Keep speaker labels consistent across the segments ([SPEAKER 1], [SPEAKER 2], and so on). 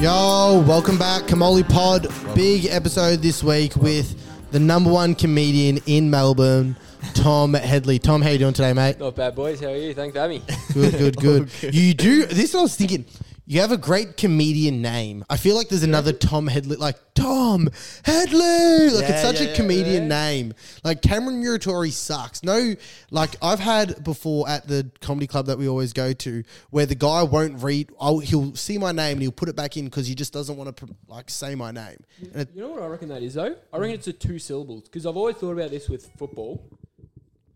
[SPEAKER 1] Yo, welcome back, Kamoli Pod. Big episode this week with the number one comedian in Melbourne, Tom Headley. Tom, how you doing today, mate?
[SPEAKER 2] Not bad, boys. How are you? Thanks for having me.
[SPEAKER 1] Good, good, good. You do this. is what I was thinking. You have a great comedian name. I feel like there's another Tom Headley, like Tom Headley. Like it's
[SPEAKER 3] Yeah,
[SPEAKER 1] such
[SPEAKER 3] yeah,
[SPEAKER 1] a
[SPEAKER 3] yeah,
[SPEAKER 1] comedian name. Like Cameron Muratori sucks. No, like I've had before at the comedy club that we always go to, where the guy won't read. I'll, he'll see my name and he'll put it back in because he just doesn't want to pr- like say my name. And it,
[SPEAKER 2] You know what I reckon that is, though? I reckon it's a two syllables because I've always thought about this with football.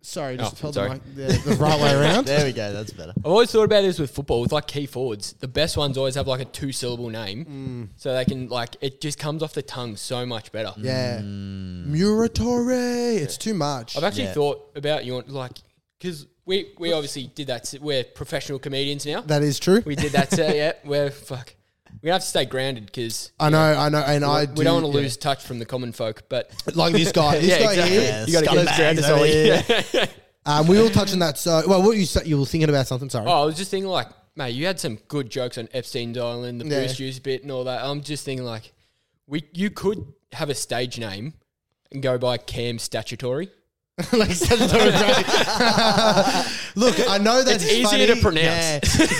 [SPEAKER 1] sorry, just
[SPEAKER 4] Oh,
[SPEAKER 1] tell the, mic- the, the right way around.
[SPEAKER 3] There we go. That's better.
[SPEAKER 2] I've always thought about this with football with like key forwards. The best ones always have like a two syllable name so they can, like, it just comes off the tongue so much better.
[SPEAKER 1] Mm. Yeah, Muratore. It's too much.
[SPEAKER 2] I've actually
[SPEAKER 3] Yeah.
[SPEAKER 2] thought about you, like, because we, we obviously did that. s- We're professional comedians now.
[SPEAKER 1] That is true.
[SPEAKER 2] We did that. so, yeah, we're fuck. We're going to have to stay grounded because
[SPEAKER 1] I know, I know, and I
[SPEAKER 2] we don't want to lose touch from the common folk. But
[SPEAKER 1] like this guy. This
[SPEAKER 2] yeah,
[SPEAKER 1] guy
[SPEAKER 2] exactly.
[SPEAKER 1] here.
[SPEAKER 3] Yeah,
[SPEAKER 2] you got to get us
[SPEAKER 3] scumbags
[SPEAKER 2] grounded. so
[SPEAKER 3] over
[SPEAKER 2] we-
[SPEAKER 3] here.
[SPEAKER 1] Um, we all touching that. So, well, what you sa- you were thinking about something? Sorry.
[SPEAKER 2] Oh, I was just thinking like, mate, you had some good jokes on Epstein's Island, the
[SPEAKER 1] Yeah.
[SPEAKER 2] Bruce Hughes bit, and all that. I'm just thinking like, we you could have a stage name and go by Cam Statutory.
[SPEAKER 1] Like, statutory rape. Look, I know that's
[SPEAKER 2] It's easier
[SPEAKER 1] funny,
[SPEAKER 2] to pronounce.
[SPEAKER 1] yeah,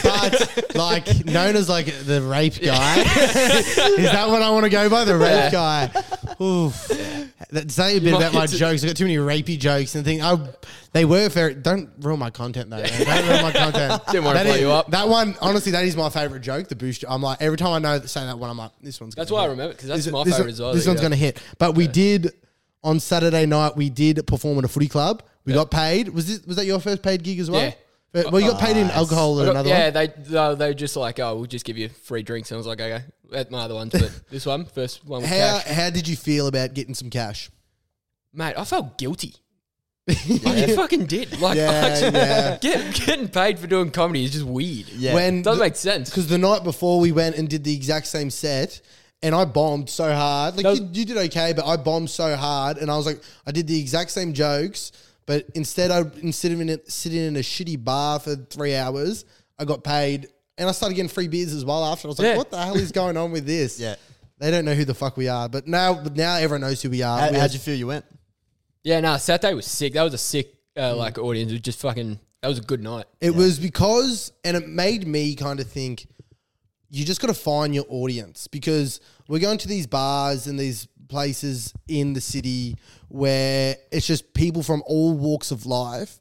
[SPEAKER 1] but like known as like the rape guy. is that what I want to go by? The rape
[SPEAKER 2] Yeah.
[SPEAKER 1] guy. Oof. That, say a bit about my
[SPEAKER 2] It's-
[SPEAKER 1] jokes. I got too many rapey jokes and things. I, they were fair. Don't ruin my content though. man. Don't ruin my content.
[SPEAKER 2] Didn't wanna
[SPEAKER 1] That
[SPEAKER 2] blow
[SPEAKER 1] is-
[SPEAKER 2] you up.
[SPEAKER 1] That one, honestly, that is my favorite joke. The boost. I'm like every time I know say that one, I'm like, this one's.
[SPEAKER 2] That's
[SPEAKER 1] gonna
[SPEAKER 2] why I
[SPEAKER 1] hit.
[SPEAKER 2] remember because that's
[SPEAKER 1] This-
[SPEAKER 2] my
[SPEAKER 1] this
[SPEAKER 2] favorite
[SPEAKER 1] one-
[SPEAKER 2] as well.
[SPEAKER 1] This one's going to hit. But we did on Saturday night. We did perform at a footy club. We got paid. Was this was that your first paid gig as well?
[SPEAKER 2] Yeah.
[SPEAKER 1] Uh, Well, you got paid in
[SPEAKER 3] Nice.
[SPEAKER 1] alcohol or another
[SPEAKER 2] yeah,
[SPEAKER 1] one.
[SPEAKER 2] they they they were just like, oh, we'll just give you free drinks. And I was like, okay, at my other ones, but this one, first one, was
[SPEAKER 1] How
[SPEAKER 2] cash.
[SPEAKER 1] how did you feel about getting some cash?
[SPEAKER 2] mate, I felt guilty. Like, I fucking did. Like,
[SPEAKER 1] Yeah,
[SPEAKER 2] actually,
[SPEAKER 1] yeah.
[SPEAKER 2] Get, getting paid for doing comedy is just weird.
[SPEAKER 3] Yeah.
[SPEAKER 1] When
[SPEAKER 2] It doesn't
[SPEAKER 1] the-
[SPEAKER 2] make sense.
[SPEAKER 1] Because the night before we went and did the exact same set, and I bombed so hard. Like
[SPEAKER 2] That was-
[SPEAKER 1] you, you did okay, but I bombed so hard, and I was like, I did the exact same jokes, but instead I instead of in a, sitting in a shitty bar for three hours, I got paid, and I started getting free beers as well. After I was like,
[SPEAKER 2] Yeah.
[SPEAKER 1] what the hell is going on with this?
[SPEAKER 3] Yeah.
[SPEAKER 1] They don't know who the fuck we are, but now, but now everyone knows who we are.
[SPEAKER 3] How,
[SPEAKER 1] We
[SPEAKER 3] how'd
[SPEAKER 1] had-
[SPEAKER 3] you feel you went?
[SPEAKER 2] Yeah, no, Saturday was sick. That was a sick uh, like audience. It was just fucking. That was a good night.
[SPEAKER 1] It was because, and it made me kind of think, you just got to find your audience because we're going to these bars and these places in the city where it's just people from all walks of life,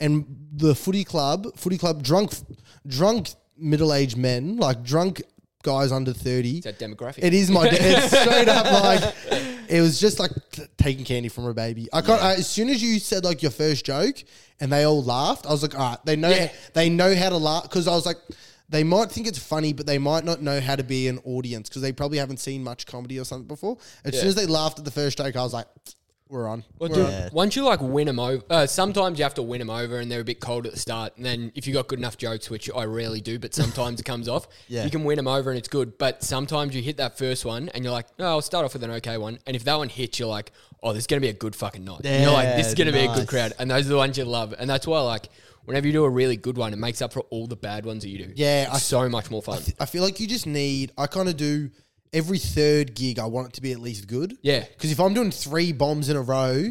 [SPEAKER 1] and the footy club, footy club, drunk, drunk middle-aged men, like drunk guys under thirty.
[SPEAKER 2] It's that demographic.
[SPEAKER 1] It is my. It's straight up like it was just like t- taking candy from a baby. I got I, as soon as you said like your first joke, and they all laughed. I was like, all right, they know
[SPEAKER 2] Yeah.
[SPEAKER 1] they know how to laugh because I was like. They might think it's funny, but they might not know how to be an audience because they probably haven't seen much comedy or something before. As soon
[SPEAKER 2] Yeah.
[SPEAKER 1] as they laughed at the first joke, I was like, "We're on."
[SPEAKER 2] Well,
[SPEAKER 1] We're
[SPEAKER 2] dude,
[SPEAKER 1] on.
[SPEAKER 2] Once you like win them over, uh, sometimes you have to win them over, and they're a bit cold at the start. And then if you got good enough jokes, which I rarely do, but sometimes it comes off,
[SPEAKER 3] Yeah.
[SPEAKER 2] you can win them over, and it's good. But sometimes you hit that first one, and you're like, "No, I'll start off with an okay one." And if that one hits, you're like, "Oh, this is gonna be a good fucking night." And you're like, "This is
[SPEAKER 3] Yeah,
[SPEAKER 2] gonna be a good
[SPEAKER 3] nice.
[SPEAKER 2] crowd," and those are the ones you love, and that's why like. Whenever you do a really good one, it makes up for all the bad ones that you do.
[SPEAKER 1] Yeah,
[SPEAKER 2] it's
[SPEAKER 1] I-
[SPEAKER 2] so much more fun.
[SPEAKER 1] I feel like you just need. I kind of do every third gig. I want it to be at least good.
[SPEAKER 2] Yeah.
[SPEAKER 1] Because if I'm doing three bombs in a row,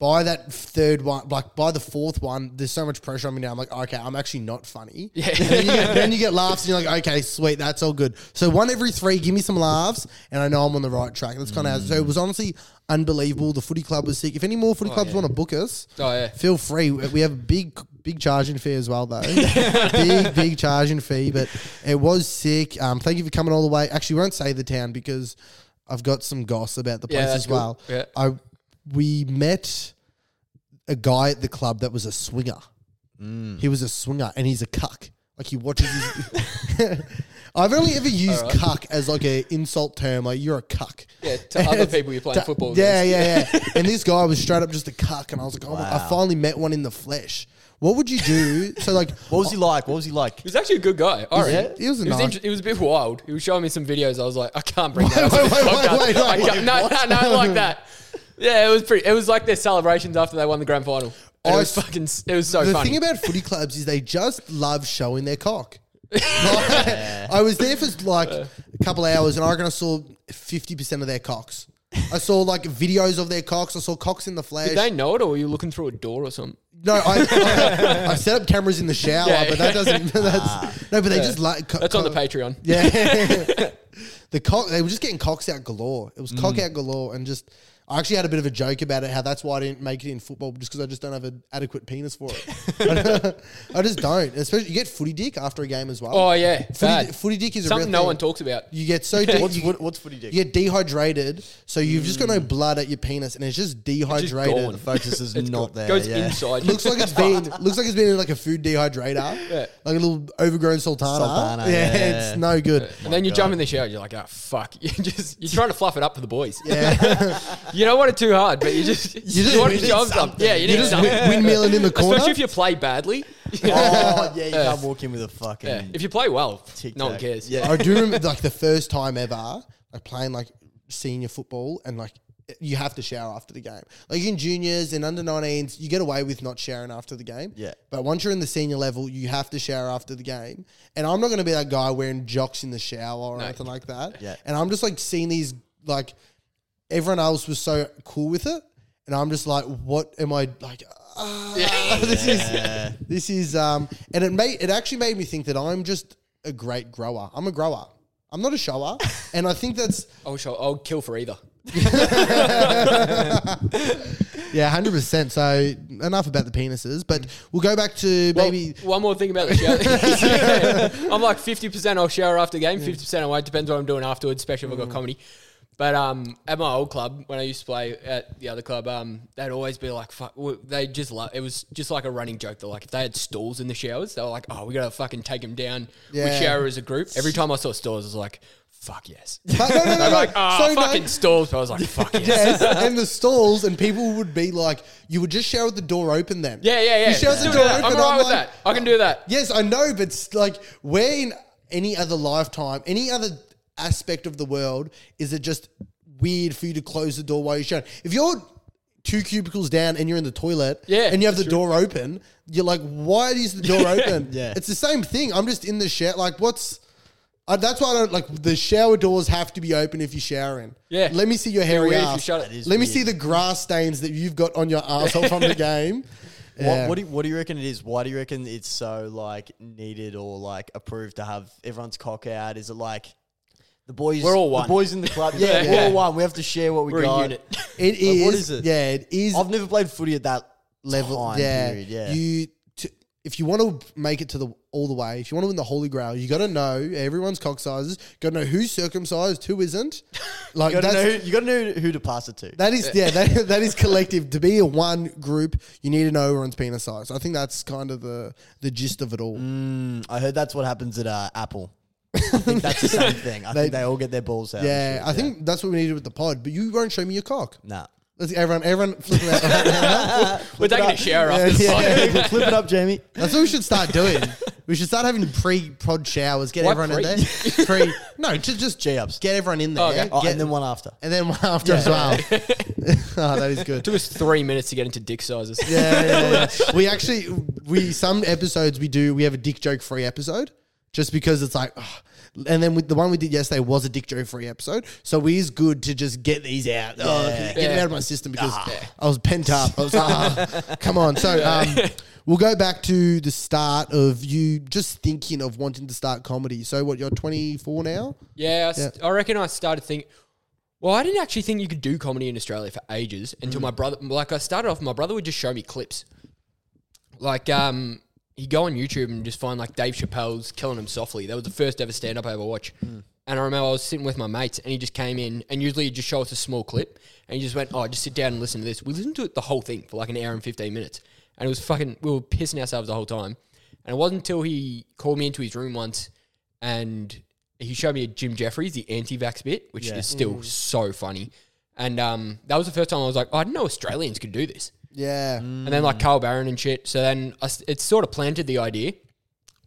[SPEAKER 1] by that third one, like by the fourth one, there's so much pressure on me now. I'm like, okay, I'm actually not funny. Yeah. And then you, get, then you get laughs, and you're like, okay, sweet, that's all good. So one every three, give me some laughs, and I know I'm on the right track. That's kind of so. It was honestly unbelievable. The footy club was sick. If any more footy clubs want to book us,
[SPEAKER 2] Oh, yeah.
[SPEAKER 1] feel free. We have a big, big charging fee as well, though. big, big charging fee, but it was sick. Um, thank you for coming all the way. Actually, we won't say the town because I've got some goss about the place
[SPEAKER 2] Yeah, that's
[SPEAKER 1] as well.
[SPEAKER 2] cool. Yeah.
[SPEAKER 1] I we met a guy at the club that was a swinger. He was a swinger, and he's a cuck. Like he watches. His I've only ever used cuck as like a insult term. Like you're a cuck.
[SPEAKER 2] Yeah, to other people you're playing
[SPEAKER 1] Ta-
[SPEAKER 2] football
[SPEAKER 1] Yeah,
[SPEAKER 2] against.
[SPEAKER 1] yeah, yeah. and this guy was straight up just a cuck, and I was like, oh my, I finally met one in the flesh. What would you do? So like,
[SPEAKER 3] What was he like? What was he like?
[SPEAKER 2] He was actually a good guy. I reckon.
[SPEAKER 1] he was a
[SPEAKER 2] it, was
[SPEAKER 1] nice-
[SPEAKER 2] inter- it was a bit wild. He was showing me some videos. I was like, I can't bring
[SPEAKER 1] Wait,
[SPEAKER 2] that.
[SPEAKER 1] wait, wait,
[SPEAKER 2] up. I can't-
[SPEAKER 1] wait,
[SPEAKER 2] I
[SPEAKER 1] wait,
[SPEAKER 2] can't-
[SPEAKER 1] wait,
[SPEAKER 2] No,
[SPEAKER 1] what?
[SPEAKER 2] no, no, like that. Yeah, it was pretty. It was like their celebrations after they won the grand final. And
[SPEAKER 1] I
[SPEAKER 2] it was
[SPEAKER 1] s-
[SPEAKER 2] fucking. s- It was so
[SPEAKER 1] the
[SPEAKER 2] funny.
[SPEAKER 1] thing about footy clubs is they just love showing their cock. I was there for like a couple of hours, and I reckon I saw fifty percent of their cocks. I saw like videos of their cocks. I saw cocks in the flash.
[SPEAKER 2] Did they know it, or were you looking through a door or something?
[SPEAKER 1] no, I, I, I set up cameras in the shower,
[SPEAKER 2] Yeah. Ah.
[SPEAKER 1] but that doesn't. That's, no, but they just like co-
[SPEAKER 2] That's on the
[SPEAKER 1] co-
[SPEAKER 2] Patreon.
[SPEAKER 1] Yeah. the cock they were just getting cocks out galore. It was cock out galore and just I actually had a bit of a joke about it, how that's why I didn't make it in football, just because I just don't have an adequate penis for it. I just don't. Especially you get footy dick after a game as well.
[SPEAKER 2] Oh yeah,
[SPEAKER 1] footy,
[SPEAKER 2] bad.
[SPEAKER 1] footy dick is a
[SPEAKER 2] Something
[SPEAKER 1] real
[SPEAKER 2] no
[SPEAKER 1] thing.
[SPEAKER 2] one talks about.
[SPEAKER 1] You get so de-
[SPEAKER 3] What's,
[SPEAKER 1] you,
[SPEAKER 3] what, what's footy dick?
[SPEAKER 1] you get dehydrated, so you've just got no blood at your penis, and it's just dehydrated.
[SPEAKER 2] gone.
[SPEAKER 3] The focus is not there.
[SPEAKER 2] Goes
[SPEAKER 3] yeah.
[SPEAKER 2] inside.
[SPEAKER 1] looks like it's been looks like it's been in like a food dehydrator,
[SPEAKER 2] Yeah.
[SPEAKER 1] like a little overgrown sultana.
[SPEAKER 3] Sultana,
[SPEAKER 1] yeah,
[SPEAKER 3] yeah.
[SPEAKER 1] it's no good.
[SPEAKER 2] And then you
[SPEAKER 3] God.
[SPEAKER 2] jump in the shower, you're like, oh fuck. You just you're trying to fluff it up for the boys.
[SPEAKER 1] Yeah.
[SPEAKER 2] You don't want it too hard, but you just you,
[SPEAKER 1] just-
[SPEAKER 2] want
[SPEAKER 1] you
[SPEAKER 2] to
[SPEAKER 1] need
[SPEAKER 2] jump up.
[SPEAKER 1] something.
[SPEAKER 2] Yeah, you
[SPEAKER 1] You
[SPEAKER 2] need
[SPEAKER 1] just
[SPEAKER 2] something.
[SPEAKER 1] win- windmilling in the corner?
[SPEAKER 2] Especially if you play badly.
[SPEAKER 3] Oh yeah, you can't walk in with a fucking.
[SPEAKER 2] Yeah. If you play well,
[SPEAKER 3] Tic
[SPEAKER 2] no one
[SPEAKER 3] tac.
[SPEAKER 2] cares.
[SPEAKER 3] Yeah.
[SPEAKER 1] I do remember like the first time ever, like playing like senior football and like you have to shower after the game. Like in juniors and under 19s, you get away with not showering after the game.
[SPEAKER 3] Yeah.
[SPEAKER 1] But once you're in the senior level, you have to shower after the game. And I'm not going to be that guy wearing jocks in the shower or anything like that.
[SPEAKER 3] Yeah.
[SPEAKER 1] And I'm just like seeing these, like, everyone else was so cool with it. And I'm just like, what am I like? ah, this is this is um, and it made it actually made me think that I'm just a great grower. I'm a grower. I'm not a shower, and I think that's
[SPEAKER 2] I'll show I'll kill for either.
[SPEAKER 1] yeah, hundred percent. So enough about the penises, but we'll go back to
[SPEAKER 2] Well,
[SPEAKER 1] maybe
[SPEAKER 2] one more thing about the shower. I'm like 50% I'll shower after game, 50% I won't. Depends what I'm doing afterwards, especially if
[SPEAKER 1] Mm.
[SPEAKER 2] I've got comedy. But um, at my old club, when I used to play at the other club, um, they'd always be like, fuck, w- they just love, it was just like a running joke that like if they had stalls in the showers, they were like, oh, we got to fucking take them down. We
[SPEAKER 1] Yeah.
[SPEAKER 2] shower as a group. Every time I saw stalls, I was like, fuck yes.
[SPEAKER 1] But no, no, no, no.
[SPEAKER 2] I'm like, oh,
[SPEAKER 1] So no.
[SPEAKER 2] fucking stalls. But I was like, fuck yes.
[SPEAKER 1] Yes, and the stalls, and people would be like, "You would just shower with the door open, then."
[SPEAKER 2] Yeah, yeah, yeah.
[SPEAKER 1] You shower
[SPEAKER 2] Let's
[SPEAKER 1] the
[SPEAKER 2] do
[SPEAKER 1] door
[SPEAKER 2] that.
[SPEAKER 1] open.
[SPEAKER 2] I'm right with
[SPEAKER 1] like,
[SPEAKER 2] that. I can do that.
[SPEAKER 1] Yes, I know, but it's like, where in any other lifetime, any other aspect of the world, is it just weird for you to close the door while you're showering? If you're two cubicles down and you're in the toilet,
[SPEAKER 2] Yeah,
[SPEAKER 1] and you have the
[SPEAKER 2] true.
[SPEAKER 1] door open, you're like, why is the door open?
[SPEAKER 3] Yeah.
[SPEAKER 1] it's the same thing. I'm just in the shower. Like, what's I, that's why I don't like the shower doors have to be open if you're showering.
[SPEAKER 2] Yeah.
[SPEAKER 1] Let me see your
[SPEAKER 2] They're
[SPEAKER 1] hairy
[SPEAKER 2] weird if you
[SPEAKER 1] ass.
[SPEAKER 2] shut
[SPEAKER 1] Let
[SPEAKER 2] it. That
[SPEAKER 3] is
[SPEAKER 1] me
[SPEAKER 3] weird.
[SPEAKER 1] see the grass stains that you've got on your asshole from the game. Yeah.
[SPEAKER 3] What, what, do you, what do you reckon it is? Why do you reckon it's so like needed or like approved to have everyone's cock out? Is it like the boys?
[SPEAKER 2] We're all one.
[SPEAKER 3] The boys in the club. Yeah,
[SPEAKER 2] Yeah.
[SPEAKER 3] we're all one. We have to share what we
[SPEAKER 2] We're a
[SPEAKER 3] got.
[SPEAKER 2] unit.
[SPEAKER 1] it is.
[SPEAKER 3] Like, what is it?
[SPEAKER 1] Yeah, it is
[SPEAKER 3] I've never played footy at that level. Time
[SPEAKER 1] yeah.
[SPEAKER 3] period, yeah.
[SPEAKER 1] You to, if you want to make it to the all the way, if you want to win the holy grail, you got to know everyone's cock sizes. Got to know who's circumcised, who isn't. Like
[SPEAKER 3] you
[SPEAKER 1] that's-
[SPEAKER 3] gotta know who, you gotta know who to pass it to.
[SPEAKER 1] That is yeah, that, that is collective. To be a one group, you need to know everyone's penis size. I think that's kind of the the gist of it all.
[SPEAKER 3] Mm, I heard that's what happens at uh, Apple. I think that's the same thing. I think they all get their balls out. and
[SPEAKER 1] yeah,
[SPEAKER 3] shit,
[SPEAKER 1] I think that's what we needed with the pod. But you won't show me your cock.
[SPEAKER 3] Nah.
[SPEAKER 1] Let's everyone, everyone flipping out. that's
[SPEAKER 2] We're taking a shower after the
[SPEAKER 1] Yeah,
[SPEAKER 2] pod.
[SPEAKER 1] yeah.
[SPEAKER 3] Flip it up, Jamie.
[SPEAKER 1] what we should start doing. We should start having pre-pod showers. Get
[SPEAKER 2] Why
[SPEAKER 1] everyone in there. Pre, no, just just
[SPEAKER 3] G ups.
[SPEAKER 1] Get everyone in there.
[SPEAKER 2] Okay.
[SPEAKER 1] Get-
[SPEAKER 3] Oh, and then one after.
[SPEAKER 1] and then one after as well. oh, that is good.
[SPEAKER 2] Took us three minutes to get into dick sizes.
[SPEAKER 1] yeah, yeah, yeah. we actually we some episodes we do we have a dick joke free episode just because it's like ugh. and then with the one we did yesterday was a dick joke free episode so it is good to just get these out oh, get it
[SPEAKER 2] Yeah. Ah.
[SPEAKER 1] out of my system because I was pent up I was ah, come on so um, we'll go back to the start of you just thinking of wanting to start comedy so what you're 24 now
[SPEAKER 2] Yeah, I, st- I reckon I started thinking. Well, I didn't actually think you could do comedy in Australia for ages until my brother. Like, I started off, my brother would just show me clips. Like, um, he'd go on YouTube and just find like Dave Chappelle's "Killing Him Softly." That was the first ever stand up I ever watched. And I remember I was sitting with my mates, and he just came in, and usually he'd just show us a small clip, and he just went, "Oh, just sit down and listen to this." We listened to it the whole thing for like an hour and fifteen minutes, and it was fucking. We were pissing ourselves the whole time, and it wasn't until he called me into his room once, and he showed me a Jim Jeffries, the anti-vax bit, which is still so funny. And um, that was the first time I was like, oh, I didn't know Australians could do this.
[SPEAKER 1] yeah
[SPEAKER 2] And then like Carl Barron and shit. So then I s it sort of planted the idea.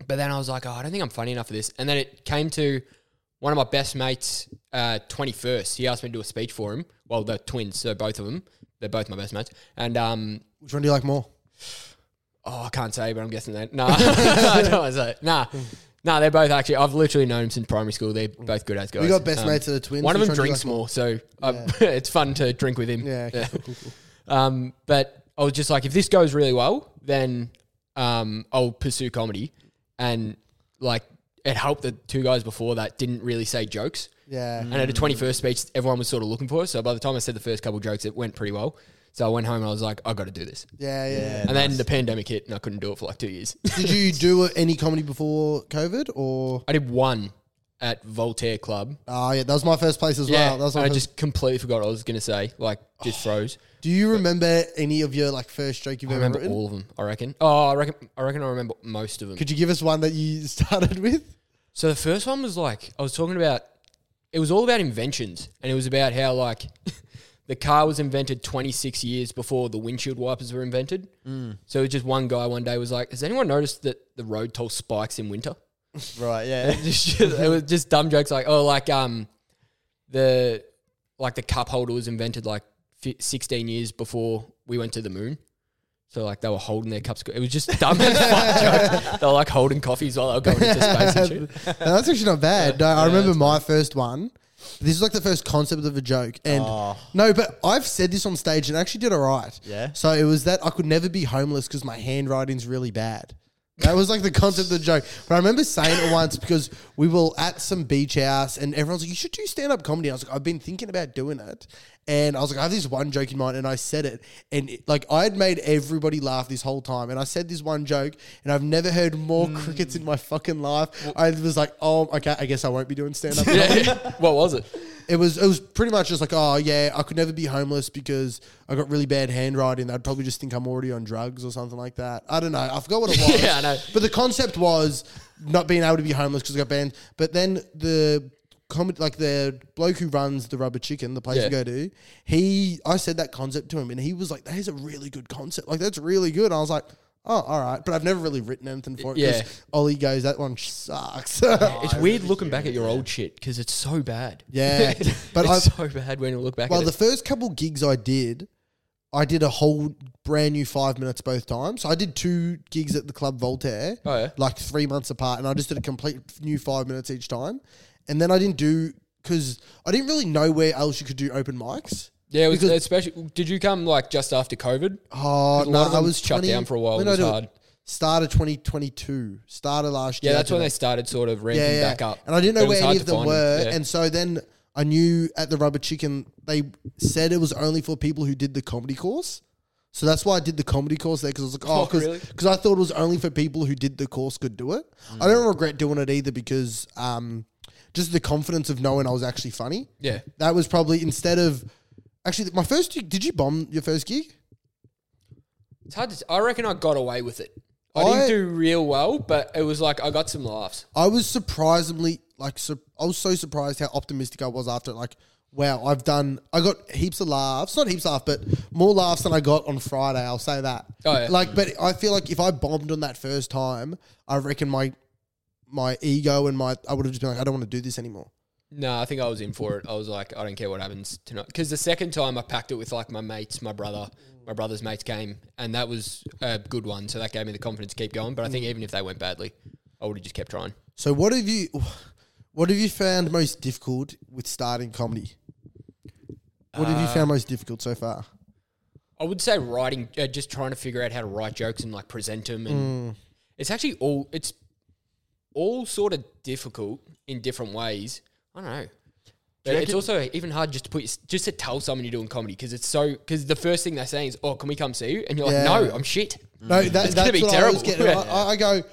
[SPEAKER 2] But then I was like, oh, I don't think I'm funny enough for this. And then it came to one of my best mates, uh, 21st. He asked me to do a speech for him. Well, they're twins, so both of them. They're both my best mates. And um,
[SPEAKER 1] which one do you like more
[SPEAKER 2] Oh, I can't say, but I'm guessing that. Nah, I don't want to say. Nah, No, they're both actually. I've literally known them since primary school. They're both good as guys. Um,
[SPEAKER 1] We got best mates that are twins.
[SPEAKER 2] One of
[SPEAKER 1] Which
[SPEAKER 2] them
[SPEAKER 1] one do you
[SPEAKER 2] drinks
[SPEAKER 1] like more?
[SPEAKER 2] more, so uh, it's fun to drink with him.
[SPEAKER 1] Yeah, okay, cool, cool,
[SPEAKER 2] Um, but I was just like, if this goes really well, then um, I'll pursue comedy. And like, it helped that two guys before that didn't really say jokes.
[SPEAKER 1] Yeah.
[SPEAKER 2] And at a 21st speech, everyone was sort of looking for us. So by the time I said the first couple jokes, it went pretty well. So I went home and I was like, I got to do this.
[SPEAKER 1] Yeah, yeah. yeah.
[SPEAKER 2] And then the pandemic hit and I couldn't do it for like two years.
[SPEAKER 1] Did you do any comedy before COVID or?
[SPEAKER 2] I did one at Voltaire Club.
[SPEAKER 1] Oh yeah, that was my first place as
[SPEAKER 2] Yeah,
[SPEAKER 1] well. That was my
[SPEAKER 2] and I
[SPEAKER 1] first-
[SPEAKER 2] just completely forgot what I was going to say. Like, just froze.
[SPEAKER 1] Do you remember any of your like first joke you've
[SPEAKER 2] I
[SPEAKER 1] ever
[SPEAKER 2] remember
[SPEAKER 1] written?
[SPEAKER 2] all of them. I reckon. Oh, I reckon. I reckon I remember most of them.
[SPEAKER 1] Could you give us one that you started with?
[SPEAKER 2] So the first one was like I was talking about. It was all about inventions, and it was about how like the car was invented 26 years before the windshield wipers were invented. So it was just one guy one day was like, "Has anyone noticed that the road toll spikes in winter?"
[SPEAKER 3] Right, yeah.
[SPEAKER 2] Just- it was just dumb jokes like, "Oh, like um, the like the cup holder was invented like fi 16 years before we went to the moon." So like they were holding their cups. It was just dumb as fuck jokes. They were like holding coffees while they were going into space and shit.
[SPEAKER 1] No, that's actually not bad. No, I remember my first one. This is like the first concept of a joke, and
[SPEAKER 3] Oh.
[SPEAKER 1] no, but I've said this on stage and actually did all right.
[SPEAKER 3] Yeah?
[SPEAKER 1] So it was that I could never be homeless because my handwriting's really bad. That was like the concept of the joke. But I remember saying it once because we were at some beach house and everyone's like, "You should do stand up comedy." I was like, "I've been thinking about doing it," and I was like, "I have this one joke in mind," and I said it, and it, like I had made everybody laugh this whole time, and I said this one joke, and I've never heard more crickets in my fucking life. I was like, "Oh, okay, I guess I won't be doing stand up."
[SPEAKER 2] Yeah. what was it?
[SPEAKER 1] It was it was pretty much just like, oh yeah, I could never be homeless because I got really bad handwriting. They'd probably just think I'm already on drugs or something like that. I don't know. I forgot what it was.
[SPEAKER 2] Yeah, I know.
[SPEAKER 1] But the concept was not being able to be homeless because I got banned. But then the comedy, like the bloke who runs the Rubber Chicken, the place
[SPEAKER 2] Yeah.
[SPEAKER 1] you go to, he I said that concept to him, and he was like, "That is a really good concept. Like that's really good." And I was like. Oh, all right, but I've never really written anything for it because
[SPEAKER 2] Yeah.
[SPEAKER 1] Ollie goes, "That one sucks."
[SPEAKER 2] It's weird looking back at your old shit because it's so bad.
[SPEAKER 1] Yeah, but
[SPEAKER 2] but it's
[SPEAKER 1] I've-
[SPEAKER 2] so bad when you look back.
[SPEAKER 1] Well,
[SPEAKER 2] at
[SPEAKER 1] the
[SPEAKER 2] it.
[SPEAKER 1] first couple gigs I did, I did a whole brand new five minutes both times. So I did two gigs at the Club Voltaire,
[SPEAKER 2] Oh, yeah.
[SPEAKER 1] like three months apart, and I just did a complete new five minutes each time. And then I didn't do because I didn't really know where else you could do open mics.
[SPEAKER 2] yeah, it was
[SPEAKER 1] because-
[SPEAKER 2] especially. Did you come like just after COVID?
[SPEAKER 1] Oh
[SPEAKER 2] Because a lot
[SPEAKER 1] no,
[SPEAKER 2] of
[SPEAKER 1] I
[SPEAKER 2] them
[SPEAKER 1] was
[SPEAKER 2] shut
[SPEAKER 1] 20
[SPEAKER 2] down for a while,
[SPEAKER 1] when
[SPEAKER 2] it was
[SPEAKER 1] I did
[SPEAKER 2] hard.
[SPEAKER 1] Started twenty twenty two, started last
[SPEAKER 2] Yeah,
[SPEAKER 1] year.
[SPEAKER 2] that's
[SPEAKER 1] I did
[SPEAKER 2] when
[SPEAKER 1] a-
[SPEAKER 2] they started sort of ramping
[SPEAKER 1] yeah, yeah.
[SPEAKER 2] back up.
[SPEAKER 1] And I didn't know
[SPEAKER 2] It was
[SPEAKER 1] where
[SPEAKER 2] hard
[SPEAKER 1] any of
[SPEAKER 2] to
[SPEAKER 1] them
[SPEAKER 2] find
[SPEAKER 1] were.
[SPEAKER 2] yeah.
[SPEAKER 1] And so then I knew at the Rubber Chicken, they said it was only for people who did the comedy course. So that's why I did the comedy course there because I was like, oh,
[SPEAKER 2] Oh,
[SPEAKER 1] because
[SPEAKER 2] really?
[SPEAKER 1] I thought it was only for people who did the course could do it. I
[SPEAKER 2] Mm.
[SPEAKER 1] don't regret doing it either because um, just the confidence of knowing I was actually funny.
[SPEAKER 2] Yeah.
[SPEAKER 1] That was probably instead of actually my first gig. Did you bomb your first gig?
[SPEAKER 2] it's hard to. I reckon I got away with it. I, didn't
[SPEAKER 1] I-
[SPEAKER 2] do real well, but it was like I got some laughs.
[SPEAKER 1] I was surprisingly like sur- I was so surprised how optimistic I was after it. Like, wow, I've done. I got heaps of laughs, not heaps of laughs, but more laughs than I got on Friday. I'll say that.
[SPEAKER 2] Oh, yeah.
[SPEAKER 1] Like, but I feel like if I bombed on that first time, I reckon my my ego and my I would have just been like, I don't want to do this anymore.
[SPEAKER 2] No, I think I was in for it. I was like, I don't care what happens tonight. Because the second time I packed it with like my mates, my brother, my brother's mates came, and that was a good one. So that gave me the confidence to keep going. But I think even if they went badly, I would have just kept trying.
[SPEAKER 1] So, what have you? What have you found most difficult with starting comedy? What have you found
[SPEAKER 2] Uh,
[SPEAKER 1] most difficult so far?
[SPEAKER 2] I would say writing, uh, just trying to figure out how to write jokes and like present them,
[SPEAKER 1] Mm.
[SPEAKER 2] and it's actually all it's all sort of difficult in different ways. I don't know. But it's also even hard just to put your- just to tell someone you're doing comedy because it's so because the first thing they're saying is, "Oh, can we come see you?" And you're
[SPEAKER 1] Yeah.
[SPEAKER 2] like, "No, I'm shit."
[SPEAKER 1] No, that, that's
[SPEAKER 2] Mm. gonna be
[SPEAKER 1] what I
[SPEAKER 2] terrible.
[SPEAKER 1] was getting.
[SPEAKER 2] Yeah.
[SPEAKER 1] I, I- I go.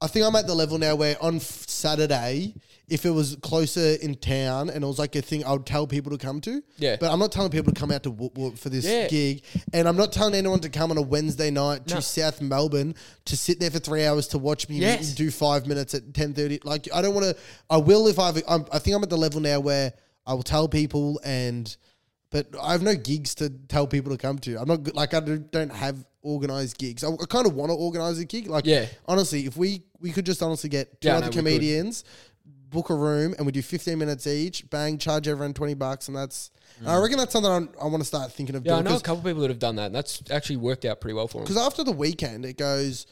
[SPEAKER 1] I think I'm at the level now where on f- Saturday, if it was closer in town and it was like a thing, I would tell people to come to.
[SPEAKER 2] Yeah.
[SPEAKER 1] But I'm not telling people to come out to Whoop Whoop for this
[SPEAKER 2] Yeah.
[SPEAKER 1] gig, and I'm not telling anyone to come on a Wednesday night to
[SPEAKER 2] No.
[SPEAKER 1] South Melbourne to sit there for three hours to watch me
[SPEAKER 2] Yes.
[SPEAKER 1] do five minutes at 10:30. Like I don't want to. I will if I've. I'm, I think I'm at the level now where I will tell people and. But I have no gigs to tell people to come to. I'm not good- like I do- don't have organized gigs. I, kind of want to organize a gig. Like,
[SPEAKER 2] Yeah.
[SPEAKER 1] honestly, if we we could just honestly get two
[SPEAKER 2] Yeah,
[SPEAKER 1] other
[SPEAKER 2] no, we could.
[SPEAKER 1] comedians, book a room, and we do 15 minutes each. Bang, charge everyone 20 bucks, and that's. and I reckon that's something I'm, I want to start thinking of
[SPEAKER 2] Mm. Yeah, I
[SPEAKER 1] doing.
[SPEAKER 2] know a
[SPEAKER 1] 'cause-
[SPEAKER 2] couple people that have done that, and that's actually worked out pretty well for them.
[SPEAKER 1] because after the weekend, it goes.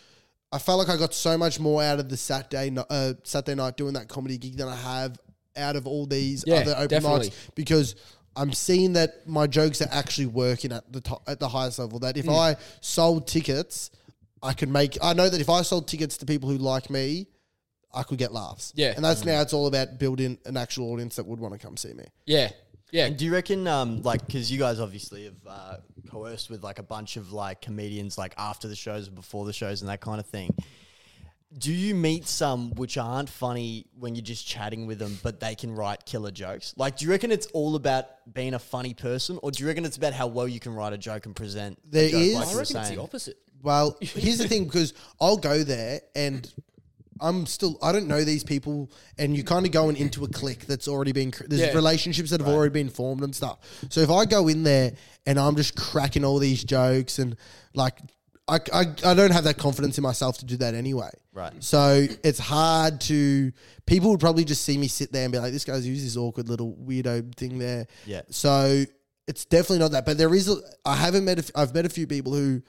[SPEAKER 1] I felt like I got so much more out of the Saturday ni- uh, Saturday night doing that comedy gig than I have out of all these
[SPEAKER 2] Yeah,
[SPEAKER 1] other open
[SPEAKER 2] definitely.
[SPEAKER 1] mics because I'm seeing that my jokes are actually working at the to- at the highest level. That
[SPEAKER 2] Hmm.
[SPEAKER 1] if I sold tickets, I could make. I know that if I sold tickets to people who like me, I could get laughs.
[SPEAKER 2] Yeah. Hmm.
[SPEAKER 1] and that's now it's all about building an actual audience that would want to come see me.
[SPEAKER 2] Yeah. Yeah.
[SPEAKER 3] And do you reckon, um, like, because you guys obviously have uh, coerced with like a bunch of like comedians, like after the shows, before the shows, and that kind of thing. Do you meet some which aren't funny when you're just chatting with them, but they can write killer jokes? Like, do you reckon it's all about being a funny person, or do you reckon it's about how well you can write a joke and present? the
[SPEAKER 1] There
[SPEAKER 3] joke,
[SPEAKER 1] is- I
[SPEAKER 2] I
[SPEAKER 3] like you were
[SPEAKER 2] reckon it's
[SPEAKER 3] saying?
[SPEAKER 2] the opposite.
[SPEAKER 1] Well, here's the thing because I'll go there and I'm still I don't know these people, and you're kind of going into a clique that's already been cr- there's
[SPEAKER 2] Yeah.
[SPEAKER 1] relationships that have already been formed and stuff. So if I go in there and I'm just cracking all these jokes and like I I, I don't have that confidence in myself to do that anyway.
[SPEAKER 3] Right.
[SPEAKER 1] So it's hard to people would probably just see me sit there and be like, this guy's used this awkward little weirdo thing there.
[SPEAKER 3] Yeah.
[SPEAKER 1] So it's definitely not that, but there is. A, I haven't met. A f- I've met a few people who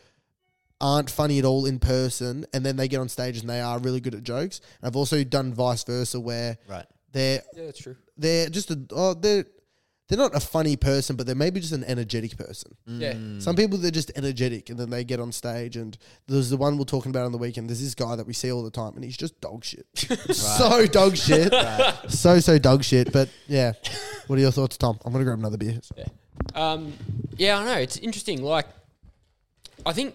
[SPEAKER 1] aren't funny at all in person, and then they get on stage and they are really good at jokes. And I've also done vice versa, where
[SPEAKER 3] Right.
[SPEAKER 1] they're
[SPEAKER 2] Yeah, that's true.
[SPEAKER 1] they're just a oh, they're they're not a funny person, but they're maybe just an energetic person.
[SPEAKER 2] Yeah.
[SPEAKER 1] Some people they're just energetic, and then they get on stage. And there's the one we're talking about on the weekend. There's this guy that we see all the time, and he's just dog shit, so dog shit, so so dog shit. But yeah, what are your thoughts, Tom? I'm gonna grab another beer.
[SPEAKER 2] Um, yeah, I know. It's interesting. Like, I think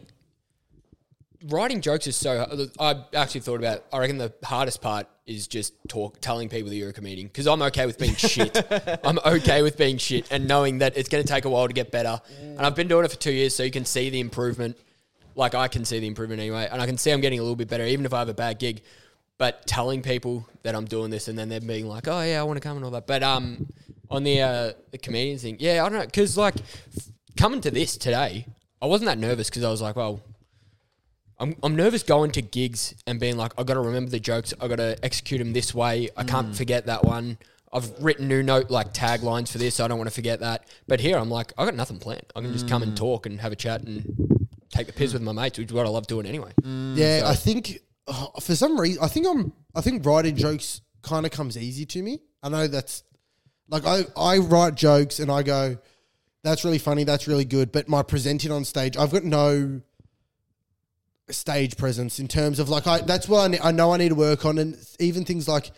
[SPEAKER 2] writing jokes is so. I actually thought about. It. I reckon the hardest part is just talk, telling people that you're a comedian. Because I'm okay with being shit. I'm okay with being shit, and knowing that it's going to take a while to get better. And I've been doing it for two years, so you can see the improvement. Like I can see the improvement anyway, and I can see I'm getting a little bit better, even if I have a bad gig. But telling people that I'm doing this, and then them being like, "Oh yeah, I want to come and all that." But um, on the uh, the comedian thing, yeah, I don't know, because like f- coming to this today, I wasn't that nervous because I was like, "Well, I'm, I'm nervous going to gigs and being like, I got to remember the jokes. I got to execute them this way. I
[SPEAKER 1] Mm.
[SPEAKER 2] can't forget that one. I've written new note like taglines for this. I don't want to forget that. But here I'm like, I got nothing planned. I can just come
[SPEAKER 1] Mm.
[SPEAKER 2] and talk and have a chat and take the piss with my mates, which is what I love doing anyway.
[SPEAKER 1] Yeah, I think uh, for some reason, I think I'm. I think writing jokes kind of comes easy to me. I know that's like I I write jokes and I go, that's really funny, that's really good. But my presenting on stage, I've got no stage presence in terms of like I. That's what I, ne- I know I need to work on, and even things like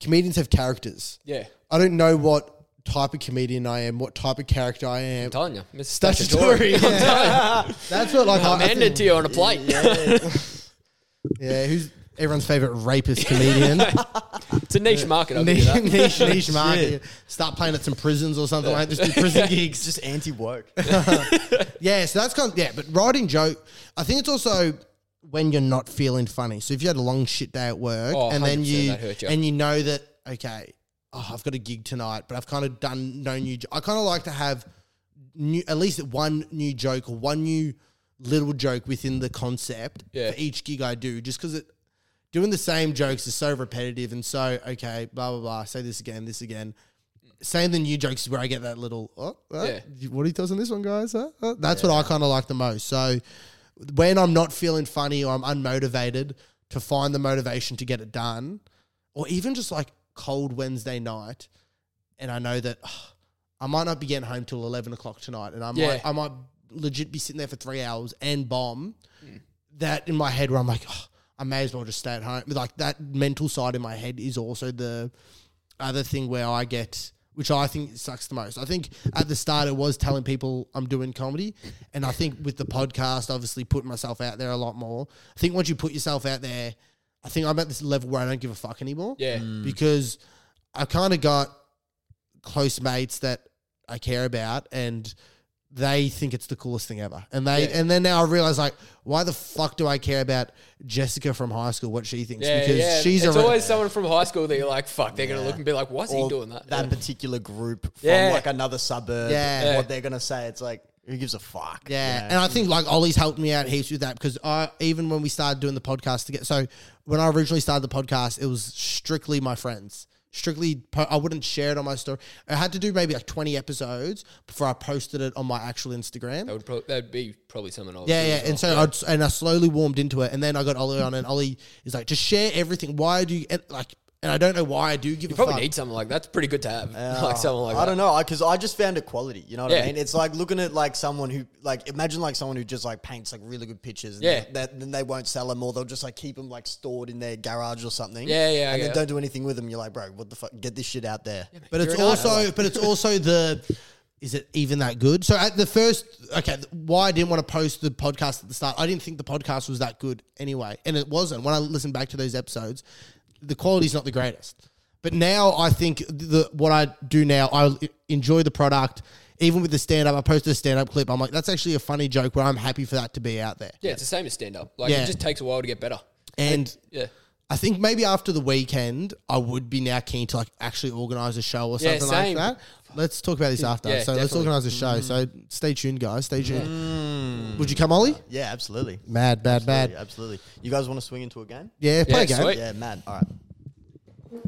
[SPEAKER 1] comedians have characters.
[SPEAKER 2] Yeah,
[SPEAKER 1] I don't know what type of comedian I am, what type of character I am.
[SPEAKER 2] I'm telling you, it's
[SPEAKER 1] Statutory,
[SPEAKER 2] statutory. I'm telling you.
[SPEAKER 1] That's what like I, I think-
[SPEAKER 2] Handed to you on a plate.
[SPEAKER 1] yeah, who's everyone's favorite rapist comedian.
[SPEAKER 2] it's a niche market. I'll give you
[SPEAKER 1] niche,
[SPEAKER 2] that.
[SPEAKER 1] niche, niche market. Start playing at some prisons or something like that. Just do prison gigs.
[SPEAKER 3] Just anti woke.
[SPEAKER 1] Yeah, so that's kind of, yeah, but writing joke, I think it's also when you're not feeling funny. So if you had a long shit day at work
[SPEAKER 2] Oh,
[SPEAKER 1] and then
[SPEAKER 2] 100%
[SPEAKER 1] you,
[SPEAKER 2] that hurt you.
[SPEAKER 1] and you know that, okay, oh, I've got a gig tonight, but I've kind of done no new, jo- I kind of like to have new, at least one new joke or one new little joke within the concept
[SPEAKER 2] Yeah.
[SPEAKER 1] for each gig I do, just because it, doing the same jokes is so repetitive and so okay, blah blah blah. Say this again, this again. Saying the new jokes is where I get that little oh, uh,
[SPEAKER 2] Yeah.
[SPEAKER 1] what are you tells on this one, guys? Huh? Uh, that's what I kind of like the most. So when I'm not feeling funny or I'm unmotivated, to find the motivation to get it done, or even just like cold Wednesday night, and I know that ugh, I might not be getting home till eleven o'clock tonight, and I might
[SPEAKER 2] Yeah.
[SPEAKER 1] I might legit be sitting there for three hours and bomb
[SPEAKER 2] Hmm.
[SPEAKER 1] that in my head where I'm like, oh, I may as well just stay at home. Like that mental side in my head is also the other thing where I get, which I think sucks the most. I think at the start it was telling people I'm doing comedy, and I think with the podcast, obviously putting myself out there a lot more. I think once you put yourself out there, I think I'm at this level where I don't give a fuck anymore.
[SPEAKER 2] Yeah. Mm.
[SPEAKER 1] because I kind of got close mates that I care about and they think it's the coolest thing ever. And they
[SPEAKER 2] Yeah.
[SPEAKER 1] and then now I realize like why the fuck do I care about Jessica from high school what she thinks
[SPEAKER 2] Yeah,
[SPEAKER 1] because
[SPEAKER 2] yeah.
[SPEAKER 1] she's
[SPEAKER 2] it's
[SPEAKER 1] a re-
[SPEAKER 2] always someone from high school that you're like, fuck, they're gonna
[SPEAKER 3] Yeah.
[SPEAKER 2] look and be like, why's he
[SPEAKER 3] Or
[SPEAKER 2] doing that?
[SPEAKER 3] That
[SPEAKER 2] Yeah.
[SPEAKER 3] particular group from
[SPEAKER 2] Yeah.
[SPEAKER 3] like another suburb.
[SPEAKER 1] Yeah.
[SPEAKER 3] and What they're gonna say? It's like who gives a fuck?
[SPEAKER 1] Yeah,
[SPEAKER 3] you know?
[SPEAKER 1] and I think like Ollie's helped me out heaps with that because I even when we started doing the podcast to get so when I originally started the podcast, it was strictly my friends, strictly. Po- I wouldn't share it on my story. I had to do maybe like twenty episodes before I posted it on my actual Instagram.
[SPEAKER 2] That would prob- that'd be probably something I would
[SPEAKER 1] Yeah,
[SPEAKER 2] do
[SPEAKER 1] yeah.
[SPEAKER 2] as well.
[SPEAKER 1] And so I'd, and I slowly warmed into it, and then I got Ollie on, and Ollie is like, just share everything. Why do you and like? And I don't know why I do give
[SPEAKER 2] you
[SPEAKER 1] a
[SPEAKER 2] probably
[SPEAKER 1] fuck.
[SPEAKER 2] need something like that. That's pretty good to have, like something like
[SPEAKER 3] Uh, I
[SPEAKER 2] that.
[SPEAKER 3] don't know, because I just found it quality. You know what
[SPEAKER 2] Yeah.
[SPEAKER 3] I mean? It's like looking at like someone who like imagine like someone who just like paints like really good pictures. And
[SPEAKER 2] Yeah.
[SPEAKER 3] they- that- then they won't sell them, or they'll just like keep them like stored in their garage or something.
[SPEAKER 2] Yeah, yeah, I
[SPEAKER 3] And
[SPEAKER 2] get
[SPEAKER 3] then
[SPEAKER 2] it.
[SPEAKER 3] don't do anything with them. You're like, bro, what the fuck? Get this shit out there.
[SPEAKER 1] But it's
[SPEAKER 2] You're an
[SPEAKER 1] also, but it's also the. Is it even that good? So at the first, okay, th- why I didn't want to post the podcast at the start, I didn't think the podcast was that good anyway, and it wasn't. When I listened back to those episodes, the quality's not the greatest. But now I think the what I do now, I l- enjoy the product. Even with the stand up, I posted a stand up clip. I'm like, that's actually a funny joke, where I'm happy for that to be out there.
[SPEAKER 2] Yeah, it's the same as stand up. Like
[SPEAKER 1] Yeah.
[SPEAKER 2] it just takes a while to get better.
[SPEAKER 1] And
[SPEAKER 2] Yeah.
[SPEAKER 1] I think maybe after the weekend, I would be now keen to like actually organize a show or
[SPEAKER 2] Yeah,
[SPEAKER 1] something
[SPEAKER 2] same.
[SPEAKER 1] like that. Let's talk about this after.
[SPEAKER 2] Yeah,
[SPEAKER 1] so let's
[SPEAKER 2] definitely.
[SPEAKER 1] organize a show. So stay tuned, guys. Stay tuned. Would you come, Ollie?
[SPEAKER 3] Yeah, absolutely.
[SPEAKER 1] Mad, bad,
[SPEAKER 3] Yeah,
[SPEAKER 1] bad.
[SPEAKER 3] absolutely. You guys want to swing into a game?
[SPEAKER 1] Yeah, play a
[SPEAKER 2] Yeah,
[SPEAKER 1] game.
[SPEAKER 2] sweet.
[SPEAKER 3] Yeah, mad. All right.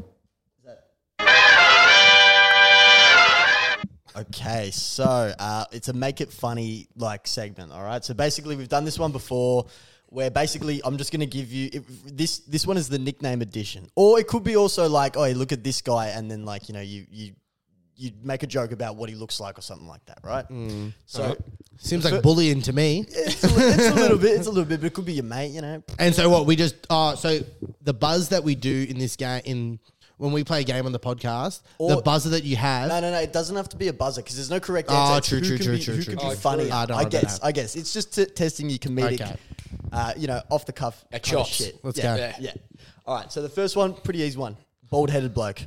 [SPEAKER 3] Okay, so uh, it's a make it funny like segment. All right, so basically we've done this one before, where basically I'm just gonna give you if this. This one is the nickname edition, or it could be also like, oh, look at this guy, and then like you know you you you make a joke about what he looks like or something like that, right? So
[SPEAKER 1] Seems like bullying to me.
[SPEAKER 3] it's, a, li- it's a little bit, it's a little bit, but it could be your mate, you know.
[SPEAKER 1] And so what we just uh so the buzz that we do in this game in when we play a game on the podcast, the
[SPEAKER 3] Or-
[SPEAKER 1] buzzer that you have.
[SPEAKER 3] No, no, no. It doesn't have to be a buzzer because there's no correct answer.
[SPEAKER 1] Ah,
[SPEAKER 3] It's
[SPEAKER 1] true,
[SPEAKER 3] who
[SPEAKER 1] true,
[SPEAKER 3] can
[SPEAKER 1] true,
[SPEAKER 3] be,
[SPEAKER 1] true,
[SPEAKER 3] Who
[SPEAKER 1] true.
[SPEAKER 3] can
[SPEAKER 2] Oh,
[SPEAKER 3] be funny?
[SPEAKER 2] true.
[SPEAKER 1] Ah,
[SPEAKER 3] I,
[SPEAKER 1] no, I don't
[SPEAKER 3] guess.
[SPEAKER 1] have.
[SPEAKER 3] I guess it's just t- testing your comedic,
[SPEAKER 1] Okay.
[SPEAKER 3] uh, you know, off the cuff
[SPEAKER 2] At
[SPEAKER 3] kind of
[SPEAKER 2] chops.
[SPEAKER 3] shit.
[SPEAKER 1] Let's go.
[SPEAKER 3] yeah, Yeah, yeah. All right. So the first one, pretty easy one. Bald headed bloke.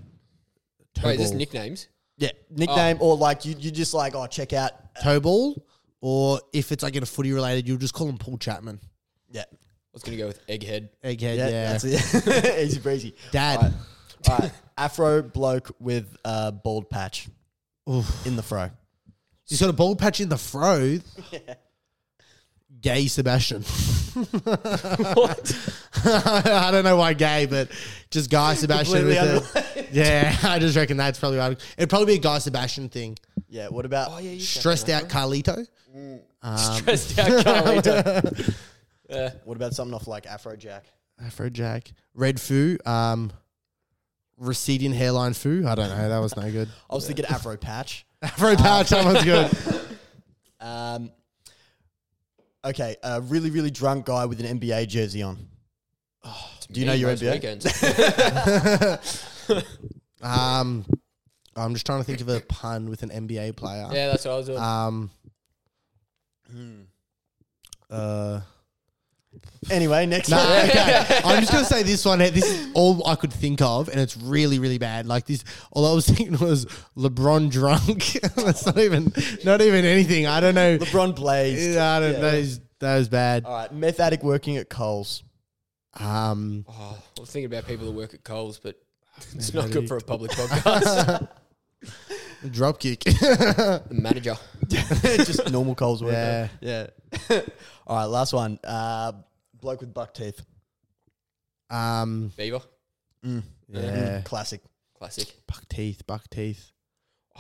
[SPEAKER 2] Wait, this is
[SPEAKER 1] Tobal.
[SPEAKER 2] nicknames.
[SPEAKER 3] Yeah. Nickname or like you, you just like oh check out.
[SPEAKER 1] toe ball, or if it's like in a footy related, you'll just call him Paul Chapman.
[SPEAKER 3] Yeah.
[SPEAKER 2] I was gonna go with egghead.
[SPEAKER 1] Egghead,
[SPEAKER 3] Yeah.
[SPEAKER 1] yeah.
[SPEAKER 3] That's it. easy breezy.
[SPEAKER 1] Dad.
[SPEAKER 3] All right. All right. Afro bloke with a bald patch in the fro.
[SPEAKER 1] He's got a bald patch in the fro. Gay Sebastian.
[SPEAKER 2] What?
[SPEAKER 1] I don't know why gay, but just Guy Sebastian. With
[SPEAKER 3] Completely
[SPEAKER 1] it. Yeah, I just reckon that's probably right. It'd probably be a Guy Sebastian thing.
[SPEAKER 3] Yeah. What about?
[SPEAKER 2] Oh yeah, you
[SPEAKER 1] Stressed out Carlito.
[SPEAKER 2] stressed
[SPEAKER 3] Um,
[SPEAKER 2] out. can't we?
[SPEAKER 3] What about something off like Afro Jack?
[SPEAKER 2] Oh,
[SPEAKER 1] Afrojack. Red Foo. Um, receding hairline Foo. I don't know. That was no good.
[SPEAKER 3] I was thinking Afro patch.
[SPEAKER 1] Afro patch. That one's good.
[SPEAKER 3] Um, okay, a really, really drunk guy with an NBA jersey on. Do you know
[SPEAKER 2] Me
[SPEAKER 3] your
[SPEAKER 2] most
[SPEAKER 3] NBA?
[SPEAKER 2] weekends.
[SPEAKER 1] Um, I'm just trying to think of a pun with an NBA player.
[SPEAKER 2] Yeah, that's what I was doing.
[SPEAKER 1] Um. Uh,
[SPEAKER 3] Anyway, next
[SPEAKER 1] no,
[SPEAKER 3] one.
[SPEAKER 1] okay. I'm just gonna say this one. This is all I could think of, and it's really, really bad. Like this, all I was thinking was LeBron drunk. That's not even, not even anything. I don't know.
[SPEAKER 3] LeBron Uh, Blaze.
[SPEAKER 1] Yeah, I don't. That is that was bad.
[SPEAKER 3] All right, meth addict working at Coles.
[SPEAKER 1] Um,
[SPEAKER 2] oh, I was thinking about people that work at Coles, but it's not good for a public podcast.
[SPEAKER 1] drop kick.
[SPEAKER 2] the manager.
[SPEAKER 3] Just normal Coles
[SPEAKER 1] Yeah.
[SPEAKER 3] worker. Yeah. All right, last one. Uh, bloke with buck teeth.
[SPEAKER 1] um,
[SPEAKER 2] Beaver.
[SPEAKER 1] yeah.
[SPEAKER 3] Mm, Classic.
[SPEAKER 2] Classic.
[SPEAKER 1] Buck teeth. Buck teeth.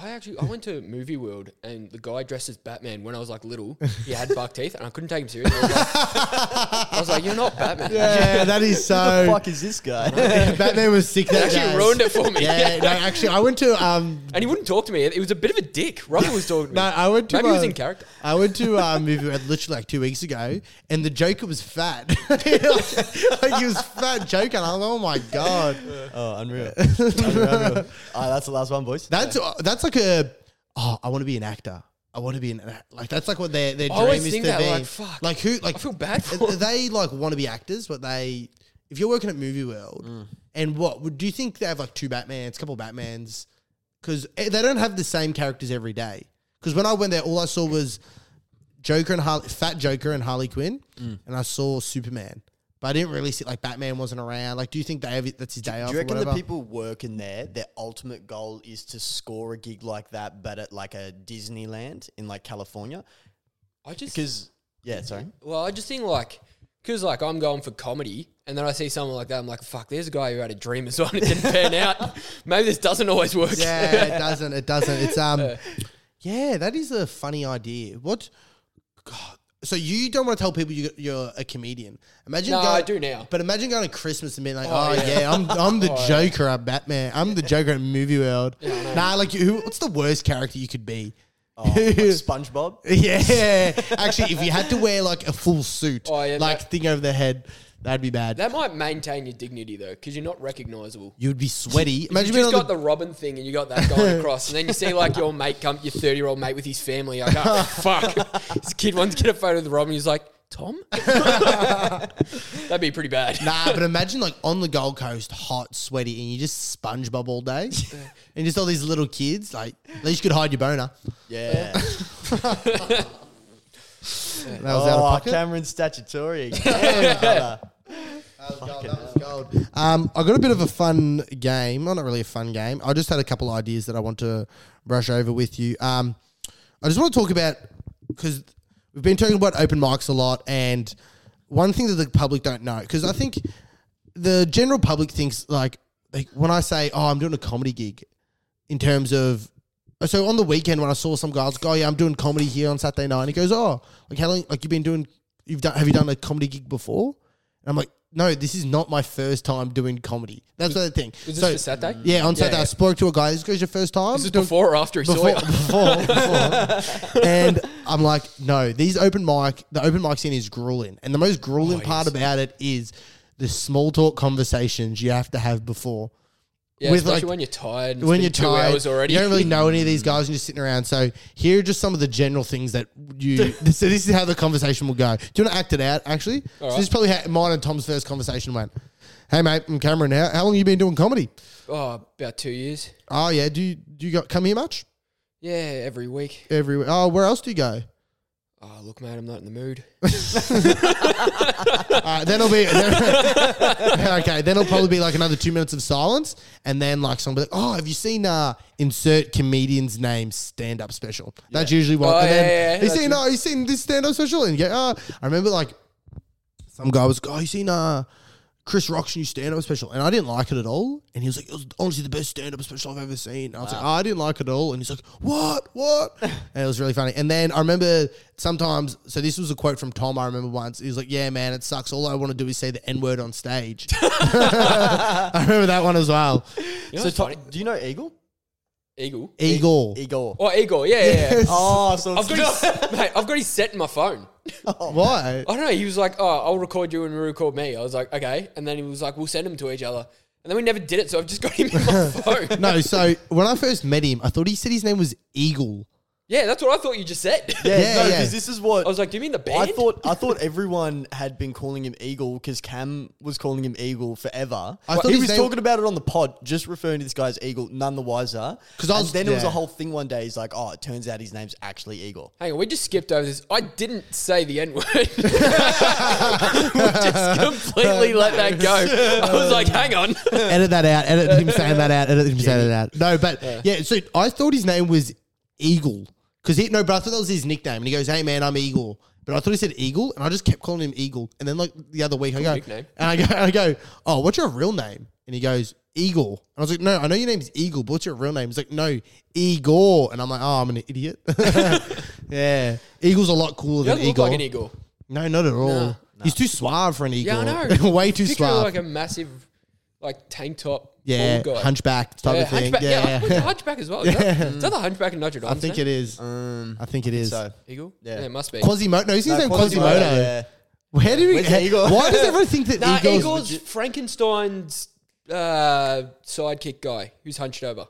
[SPEAKER 2] I actually I went to Movie World and the guy dressed as Batman when I was like little. He had buck teeth and I couldn't take him seriously. I was like, I was like, "You're not Batman."
[SPEAKER 1] Yeah, that is so.
[SPEAKER 3] Fuck is this guy?
[SPEAKER 1] Batman was sick. That
[SPEAKER 2] actually
[SPEAKER 1] day.
[SPEAKER 2] ruined it for me.
[SPEAKER 1] Yeah, no, actually, I went to um,
[SPEAKER 2] And he wouldn't talk to me. It it was a bit of a dick. Russell was talking to me.
[SPEAKER 1] No, I went to
[SPEAKER 2] Maybe he was
[SPEAKER 1] uh,
[SPEAKER 2] in character.
[SPEAKER 1] I went to uh, a movie literally like two weeks ago, and the Joker was fat. like, like he was fat Joker. And I was like, oh my god,
[SPEAKER 3] oh, unreal. unreal, unreal. All right, that's the last one, boys.
[SPEAKER 1] that's uh, that's like a. Oh, I want to be an actor. I want to be an like that's like what their their
[SPEAKER 2] I
[SPEAKER 1] dream
[SPEAKER 2] always
[SPEAKER 1] is
[SPEAKER 2] think
[SPEAKER 1] to
[SPEAKER 2] that,
[SPEAKER 1] be.
[SPEAKER 2] like, fuck.
[SPEAKER 1] Like, who like
[SPEAKER 2] I feel bad for
[SPEAKER 1] th-
[SPEAKER 2] them.
[SPEAKER 1] they like want to be actors, but they if you're working at Movie World
[SPEAKER 2] Mm.
[SPEAKER 1] and what would do you think they have like two Batmans, couple Batmans? Because they don't have the same characters every day. Because when I went there, all I saw was Joker and Harley, Fat Joker and Harley Quinn,
[SPEAKER 2] Mm.
[SPEAKER 1] and I saw Superman. But I didn't really see like Batman wasn't around. Like, do you think they have it, that's his day off?
[SPEAKER 3] Do you
[SPEAKER 1] or
[SPEAKER 3] reckon the
[SPEAKER 1] whatever?
[SPEAKER 3] people working there, their ultimate goal is to score a gig like that, but at like a Disneyland in like California?
[SPEAKER 2] I just
[SPEAKER 3] Because yeah, sorry.
[SPEAKER 2] Well, I just think like 'cause because like I'm going for comedy, and then I see someone like that, I'm like, fuck, there's a guy who had a dream as well and it didn't pan out. Maybe this doesn't always work.
[SPEAKER 1] Yeah, it doesn't. It doesn't. It's um, yeah, that is a funny idea. What? God. So you don't want to tell people you, you're a comedian? Imagine.
[SPEAKER 2] No,
[SPEAKER 1] going,
[SPEAKER 2] I do now.
[SPEAKER 1] But imagine going to Christmas and being like,
[SPEAKER 2] Oh,
[SPEAKER 1] "Oh,
[SPEAKER 2] yeah.
[SPEAKER 1] yeah. I'm I'm the
[SPEAKER 2] Oh, yeah.
[SPEAKER 1] Joker at Batman. I'm the Joker in movie world." nah, like you, who, what's the worst character you could be?
[SPEAKER 2] Oh,
[SPEAKER 3] Like SpongeBob.
[SPEAKER 1] yeah, actually, if you had to wear like a full suit,
[SPEAKER 2] Oh, yeah,
[SPEAKER 1] like
[SPEAKER 2] that-
[SPEAKER 1] thing over the head, that'd be bad.
[SPEAKER 2] That might maintain your dignity though, because you're not recognizable.
[SPEAKER 1] You'd be sweaty.
[SPEAKER 2] you
[SPEAKER 1] Imagine being
[SPEAKER 2] just
[SPEAKER 1] on
[SPEAKER 2] got
[SPEAKER 1] the,
[SPEAKER 2] the Robin thing, and you got that going across, and then you see like your mate come, your thirty year old mate with his family. I go, fuck, this kid wants to get a photo of the Robin. He's like, Tom, that'd be pretty bad.
[SPEAKER 1] Nah, but imagine like on the Gold Coast, hot, sweaty, and you just SpongeBob all day, and just all these little kids. Like at least you could hide your boner.
[SPEAKER 3] Yeah.
[SPEAKER 1] That was out of
[SPEAKER 3] oh,
[SPEAKER 1] pocket.
[SPEAKER 3] Cameron statutory.
[SPEAKER 1] That was gold, that was gold. Um, I got a bit of a fun game. Well, not really a fun game. I just had a couple ideas that I want to brush over with you. Um, I just want to talk about because we've been talking about open mics a lot, and one thing that the public don't know because I think the general public thinks like like when I say oh I'm doing a comedy gig, in terms of so on the weekend when I saw some guy, I was like, oh yeah, I'm doing comedy here on Saturday night, and he goes, oh, like how long? Like you've been doing? You've done? Have you done a comedy gig before? And I'm like, no, this is not my first time doing comedy. That's the thing.
[SPEAKER 2] Was this
[SPEAKER 1] so,
[SPEAKER 2] for Saturday?
[SPEAKER 1] Yeah, on
[SPEAKER 2] Yeah,
[SPEAKER 1] Saturday
[SPEAKER 2] yeah.
[SPEAKER 1] I spoke to a guy. This goes your first time?
[SPEAKER 2] This is
[SPEAKER 1] Doing-
[SPEAKER 2] before or after he saw
[SPEAKER 1] before,
[SPEAKER 2] you.
[SPEAKER 1] before, before. and I'm like, no, these open mic, the open mic scene is grueling, and the most
[SPEAKER 2] Oh,
[SPEAKER 1] grueling part about it is the small talk conversations you have to have before
[SPEAKER 2] Yeah,
[SPEAKER 1] with,
[SPEAKER 2] especially
[SPEAKER 1] like-
[SPEAKER 2] when you're tired. and it's
[SPEAKER 1] when
[SPEAKER 2] been
[SPEAKER 1] you're
[SPEAKER 2] two
[SPEAKER 1] tired,
[SPEAKER 2] hours already.
[SPEAKER 1] you don't really know any of these guys, and you're sitting around. So here are just some of the general things that you. so this is how the conversation will go. Do you want to act it out? Actually, so this is probably how mine and Tom's first conversation went. Hey mate, I'm Cameron. How, how long you been doing comedy?
[SPEAKER 2] oh, about two years.
[SPEAKER 1] Oh yeah, do you do you got, come here much?
[SPEAKER 2] Yeah, every week.
[SPEAKER 1] Everywhere. Oh, where else do you go?
[SPEAKER 2] Oh, look, mate, I'm not in the mood.
[SPEAKER 1] All right, Uh, then it'll be then- okay. Then it'll probably be like another two minutes of silence, and then like somebody, like, oh, have you seen uh insert comedian's name stand up special? That's usually what.
[SPEAKER 2] Oh,
[SPEAKER 1] and
[SPEAKER 2] yeah,
[SPEAKER 1] then,
[SPEAKER 2] yeah, yeah,
[SPEAKER 1] You
[SPEAKER 2] that's
[SPEAKER 1] seen? Oh, you seen this stand up special? And you go, oh, I remember like some guy was, oh, you seen uh. Chris Rock's new stand-up special, and I didn't like it at all. And he was like, "It was honestly the best stand-up special I've ever seen." And I was like, oh, "I didn't like it at all." And he's like, "What? What?" and it was really funny. And then I remember sometimes. So this was a quote from Tom. I remember once he was like, "Yeah, man, it sucks. All I want to do is say the N-word on stage." I remember that one as well.
[SPEAKER 2] You know
[SPEAKER 3] so,
[SPEAKER 2] what's
[SPEAKER 3] Tom,
[SPEAKER 2] funny?
[SPEAKER 3] do you know Eagle?
[SPEAKER 2] Eagle.
[SPEAKER 1] E Eagle.
[SPEAKER 3] Igor.
[SPEAKER 2] Oh, Eagle. Yeah, yeah. yeah.
[SPEAKER 1] Yes.
[SPEAKER 3] E- Oh, so
[SPEAKER 2] I've
[SPEAKER 3] it's
[SPEAKER 2] got his, mate, I've got his set in my phone.
[SPEAKER 1] Why?
[SPEAKER 2] I don't know. He was like, "Oh, I'll record you and you record me." I was like, "Okay," and then he was like, "We'll send them to each other," and then we never did it. So I've just got him in my phone.
[SPEAKER 1] No. So when I first met him, I thought he said his name was Eagle.
[SPEAKER 2] Yeah, that's what I thought you just said.
[SPEAKER 3] yeah,
[SPEAKER 1] Yeah,
[SPEAKER 3] no,
[SPEAKER 1] yeah.
[SPEAKER 3] because this is what
[SPEAKER 2] I was like, "Do you mean the band?"
[SPEAKER 3] I thought I thought everyone had been calling him Eagle because Cam was calling him Eagle forever.
[SPEAKER 1] I thought
[SPEAKER 3] he
[SPEAKER 1] his
[SPEAKER 3] was
[SPEAKER 1] name-
[SPEAKER 3] talking about it on the pod, just referring to this guy as Eagle, none the wiser.
[SPEAKER 1] 'Cause I
[SPEAKER 3] And
[SPEAKER 1] was-
[SPEAKER 3] then it was
[SPEAKER 1] yeah.
[SPEAKER 3] a whole thing one day. He's like, oh, it turns out his name's actually Eagle.
[SPEAKER 2] Hang on, we just skipped over this. I didn't say the N word. we just completely let that go. I was like, "Hang on."
[SPEAKER 1] edit that out. Edit him saying that out. Edit him saying that out. No, but yeah. So I thought his name was Eagle because he no, but I thought that was his nickname. And he goes, "Hey man, I'm Eagle." But I thought he said Eagle, and I just kept calling him Eagle. And then like the other week, I go
[SPEAKER 2] nickname.
[SPEAKER 1] and I go, and I go, "Oh, what's your real name?" And he goes, "Eagle." And I was like, "No, I know your name's Eagle, but what's your real name?" He's like, "No, Igor." And I'm like, "Oh, I'm an idiot." yeah, Eagle's a lot cooler
[SPEAKER 2] You
[SPEAKER 1] than
[SPEAKER 2] don't look
[SPEAKER 1] Eagle.
[SPEAKER 2] like an eagle.
[SPEAKER 1] No, not at all. He's too suave for an
[SPEAKER 2] Yeah,
[SPEAKER 1] eagle.
[SPEAKER 2] I know.
[SPEAKER 1] Way too
[SPEAKER 2] Picture
[SPEAKER 1] suave.
[SPEAKER 2] Like a massive, like tank top.
[SPEAKER 1] yeah,
[SPEAKER 2] bald guy.
[SPEAKER 1] hunchback type
[SPEAKER 2] yeah,
[SPEAKER 1] of thing.
[SPEAKER 2] Hunchback, yeah,
[SPEAKER 1] yeah.
[SPEAKER 2] I went to hunchback as well. Is that- Is that the hunchback in Notre Dame?
[SPEAKER 1] I think it
[SPEAKER 2] Uh,
[SPEAKER 1] is. Um, I think it is.
[SPEAKER 3] Um, So
[SPEAKER 2] Eagle.
[SPEAKER 3] Yeah.
[SPEAKER 2] Yeah, it must be.
[SPEAKER 1] Quasimodo. No, he's his name Quasimodo.
[SPEAKER 3] yeah.
[SPEAKER 1] Where do we?
[SPEAKER 3] Where's the eagle?
[SPEAKER 1] Why does everyone think that
[SPEAKER 2] Nah,
[SPEAKER 1] eagles?
[SPEAKER 2] Eagle's, Frankenstein's uh, sidekick guy who's hunched over.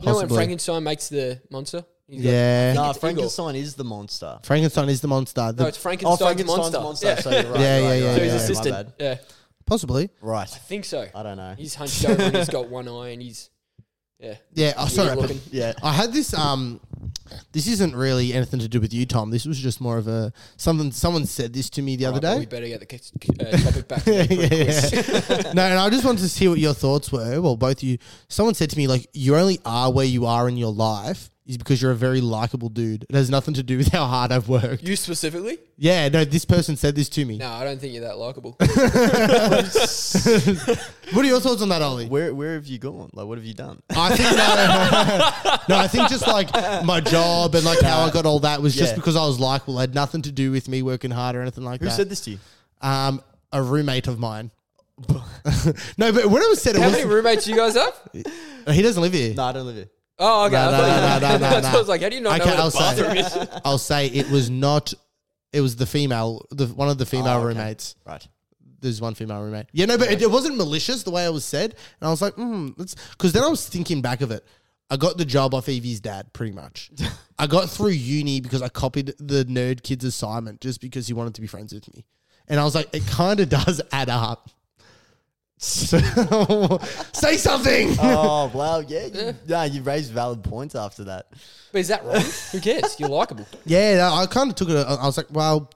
[SPEAKER 2] You know when
[SPEAKER 1] Possibly.
[SPEAKER 2] Frankenstein makes the monster? He's got-
[SPEAKER 1] yeah,
[SPEAKER 3] Nah,
[SPEAKER 2] it's
[SPEAKER 3] Frankenstein is the monster.
[SPEAKER 1] Frankenstein is the monster. The-
[SPEAKER 2] no, it's
[SPEAKER 3] Oh,
[SPEAKER 2] Frankenstein's,
[SPEAKER 3] Frankenstein's
[SPEAKER 2] monster.
[SPEAKER 3] monster.
[SPEAKER 2] Yeah.
[SPEAKER 3] So you're right.
[SPEAKER 1] Yeah,
[SPEAKER 3] you're
[SPEAKER 1] yeah,
[SPEAKER 3] right, you're
[SPEAKER 1] yeah,
[SPEAKER 2] so he's
[SPEAKER 3] right,
[SPEAKER 1] yeah,
[SPEAKER 3] you're
[SPEAKER 1] my
[SPEAKER 2] assistant.
[SPEAKER 3] Right.
[SPEAKER 2] yeah,
[SPEAKER 1] possibly.
[SPEAKER 3] My bad. Right.
[SPEAKER 2] I think so.
[SPEAKER 3] I don't know.
[SPEAKER 2] He's hunched over and he's got one eye and he's yeah.
[SPEAKER 1] Yeah. Oh, sorry.
[SPEAKER 2] Weird
[SPEAKER 1] but
[SPEAKER 2] looking.
[SPEAKER 3] Yeah.
[SPEAKER 1] I had this. Um, this isn't really anything to do with you, Tom. This was just more of a something. Someone said this to me the other
[SPEAKER 2] Right, well,
[SPEAKER 1] day.
[SPEAKER 2] we better get the c- c- uh, topic back. To me pretty quick.
[SPEAKER 1] no, and I just wanted to see what your thoughts were. Well, both of you. Someone said to me, like, you only are where you are in your life is because you're a very likable dude. It has nothing to do with how hard I've worked.
[SPEAKER 2] You specifically?
[SPEAKER 1] Yeah, no, this person said this to me.
[SPEAKER 2] No, I don't think you're that likable.
[SPEAKER 1] What are your thoughts on that, Ollie?
[SPEAKER 3] Where where have you gone? Like, what have you done?
[SPEAKER 1] I think no, no, I think just like my job and like how I got all that was just
[SPEAKER 3] Yeah.
[SPEAKER 1] because I was likable. It had nothing to do with me working hard or anything like
[SPEAKER 3] Who
[SPEAKER 1] that.
[SPEAKER 3] said this to you?
[SPEAKER 1] Um, a roommate of mine. no, but when it was said, it
[SPEAKER 2] How many
[SPEAKER 1] was,
[SPEAKER 2] roommates you guys have?
[SPEAKER 1] he doesn't live here.
[SPEAKER 3] No, I don't live here.
[SPEAKER 2] Oh, okay.
[SPEAKER 1] No,
[SPEAKER 2] I,
[SPEAKER 1] no,
[SPEAKER 2] thought
[SPEAKER 1] no,
[SPEAKER 2] you-
[SPEAKER 1] no, no,
[SPEAKER 2] I thought-
[SPEAKER 1] no.
[SPEAKER 2] I was like, how do you not
[SPEAKER 1] I
[SPEAKER 2] know
[SPEAKER 1] can't-
[SPEAKER 2] where
[SPEAKER 1] I'll
[SPEAKER 2] the
[SPEAKER 1] say.
[SPEAKER 2] bathroom is?
[SPEAKER 1] I'll say it was not. It was the female, the one of the female
[SPEAKER 3] Oh, okay.
[SPEAKER 1] roommates.
[SPEAKER 3] Right.
[SPEAKER 1] There's one female roommate. Yeah, no, but it, it wasn't malicious the way it was said, and I was like, hmm, that's because then I was thinking back of it. I got the job off Evie's dad, pretty much. I got through uni because I copied the nerd kid's assignment just because he wanted to be friends with me, and I was like, it kind of does add up. So, say something.
[SPEAKER 3] Oh wow, yeah. You, nah, you raised valid points after that.
[SPEAKER 2] But is that wrong? Who cares? You're likable.
[SPEAKER 1] Yeah, no, I kind of took it. I I was like, well,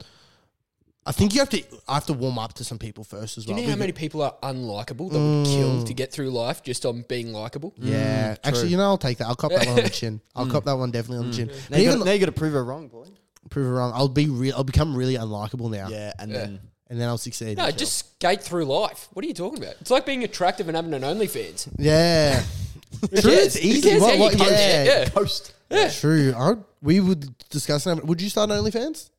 [SPEAKER 1] I think you have to. I have to warm up to some people first as
[SPEAKER 2] Do
[SPEAKER 1] well.
[SPEAKER 2] you know how many people are unlikable that would kill to get through life just on being likable?
[SPEAKER 1] Mm.
[SPEAKER 2] Mm,
[SPEAKER 1] Yeah, actually, you know, I'll take that. I'll cop that one on the chin. I'll cop that one definitely
[SPEAKER 2] Mm.
[SPEAKER 1] on the chin.
[SPEAKER 3] Now
[SPEAKER 1] But
[SPEAKER 3] you,
[SPEAKER 1] even
[SPEAKER 3] gotta, now you gotta prove her wrong, boy.
[SPEAKER 1] prove it wrong. I'll be real. I'll become really unlikable now,
[SPEAKER 3] Yeah, and then
[SPEAKER 1] and then I'll succeed.
[SPEAKER 2] No, just skate through life. What are you talking about? It's like being attractive and having an OnlyFans.
[SPEAKER 1] yeah. True,
[SPEAKER 2] cares?
[SPEAKER 1] it's
[SPEAKER 2] Who
[SPEAKER 1] easy.
[SPEAKER 2] cares how
[SPEAKER 1] What,
[SPEAKER 2] you
[SPEAKER 1] what,
[SPEAKER 2] punch
[SPEAKER 1] yeah.
[SPEAKER 2] it? Yeah.
[SPEAKER 3] post.
[SPEAKER 1] true. I, we would discuss that. Would you start an OnlyFans?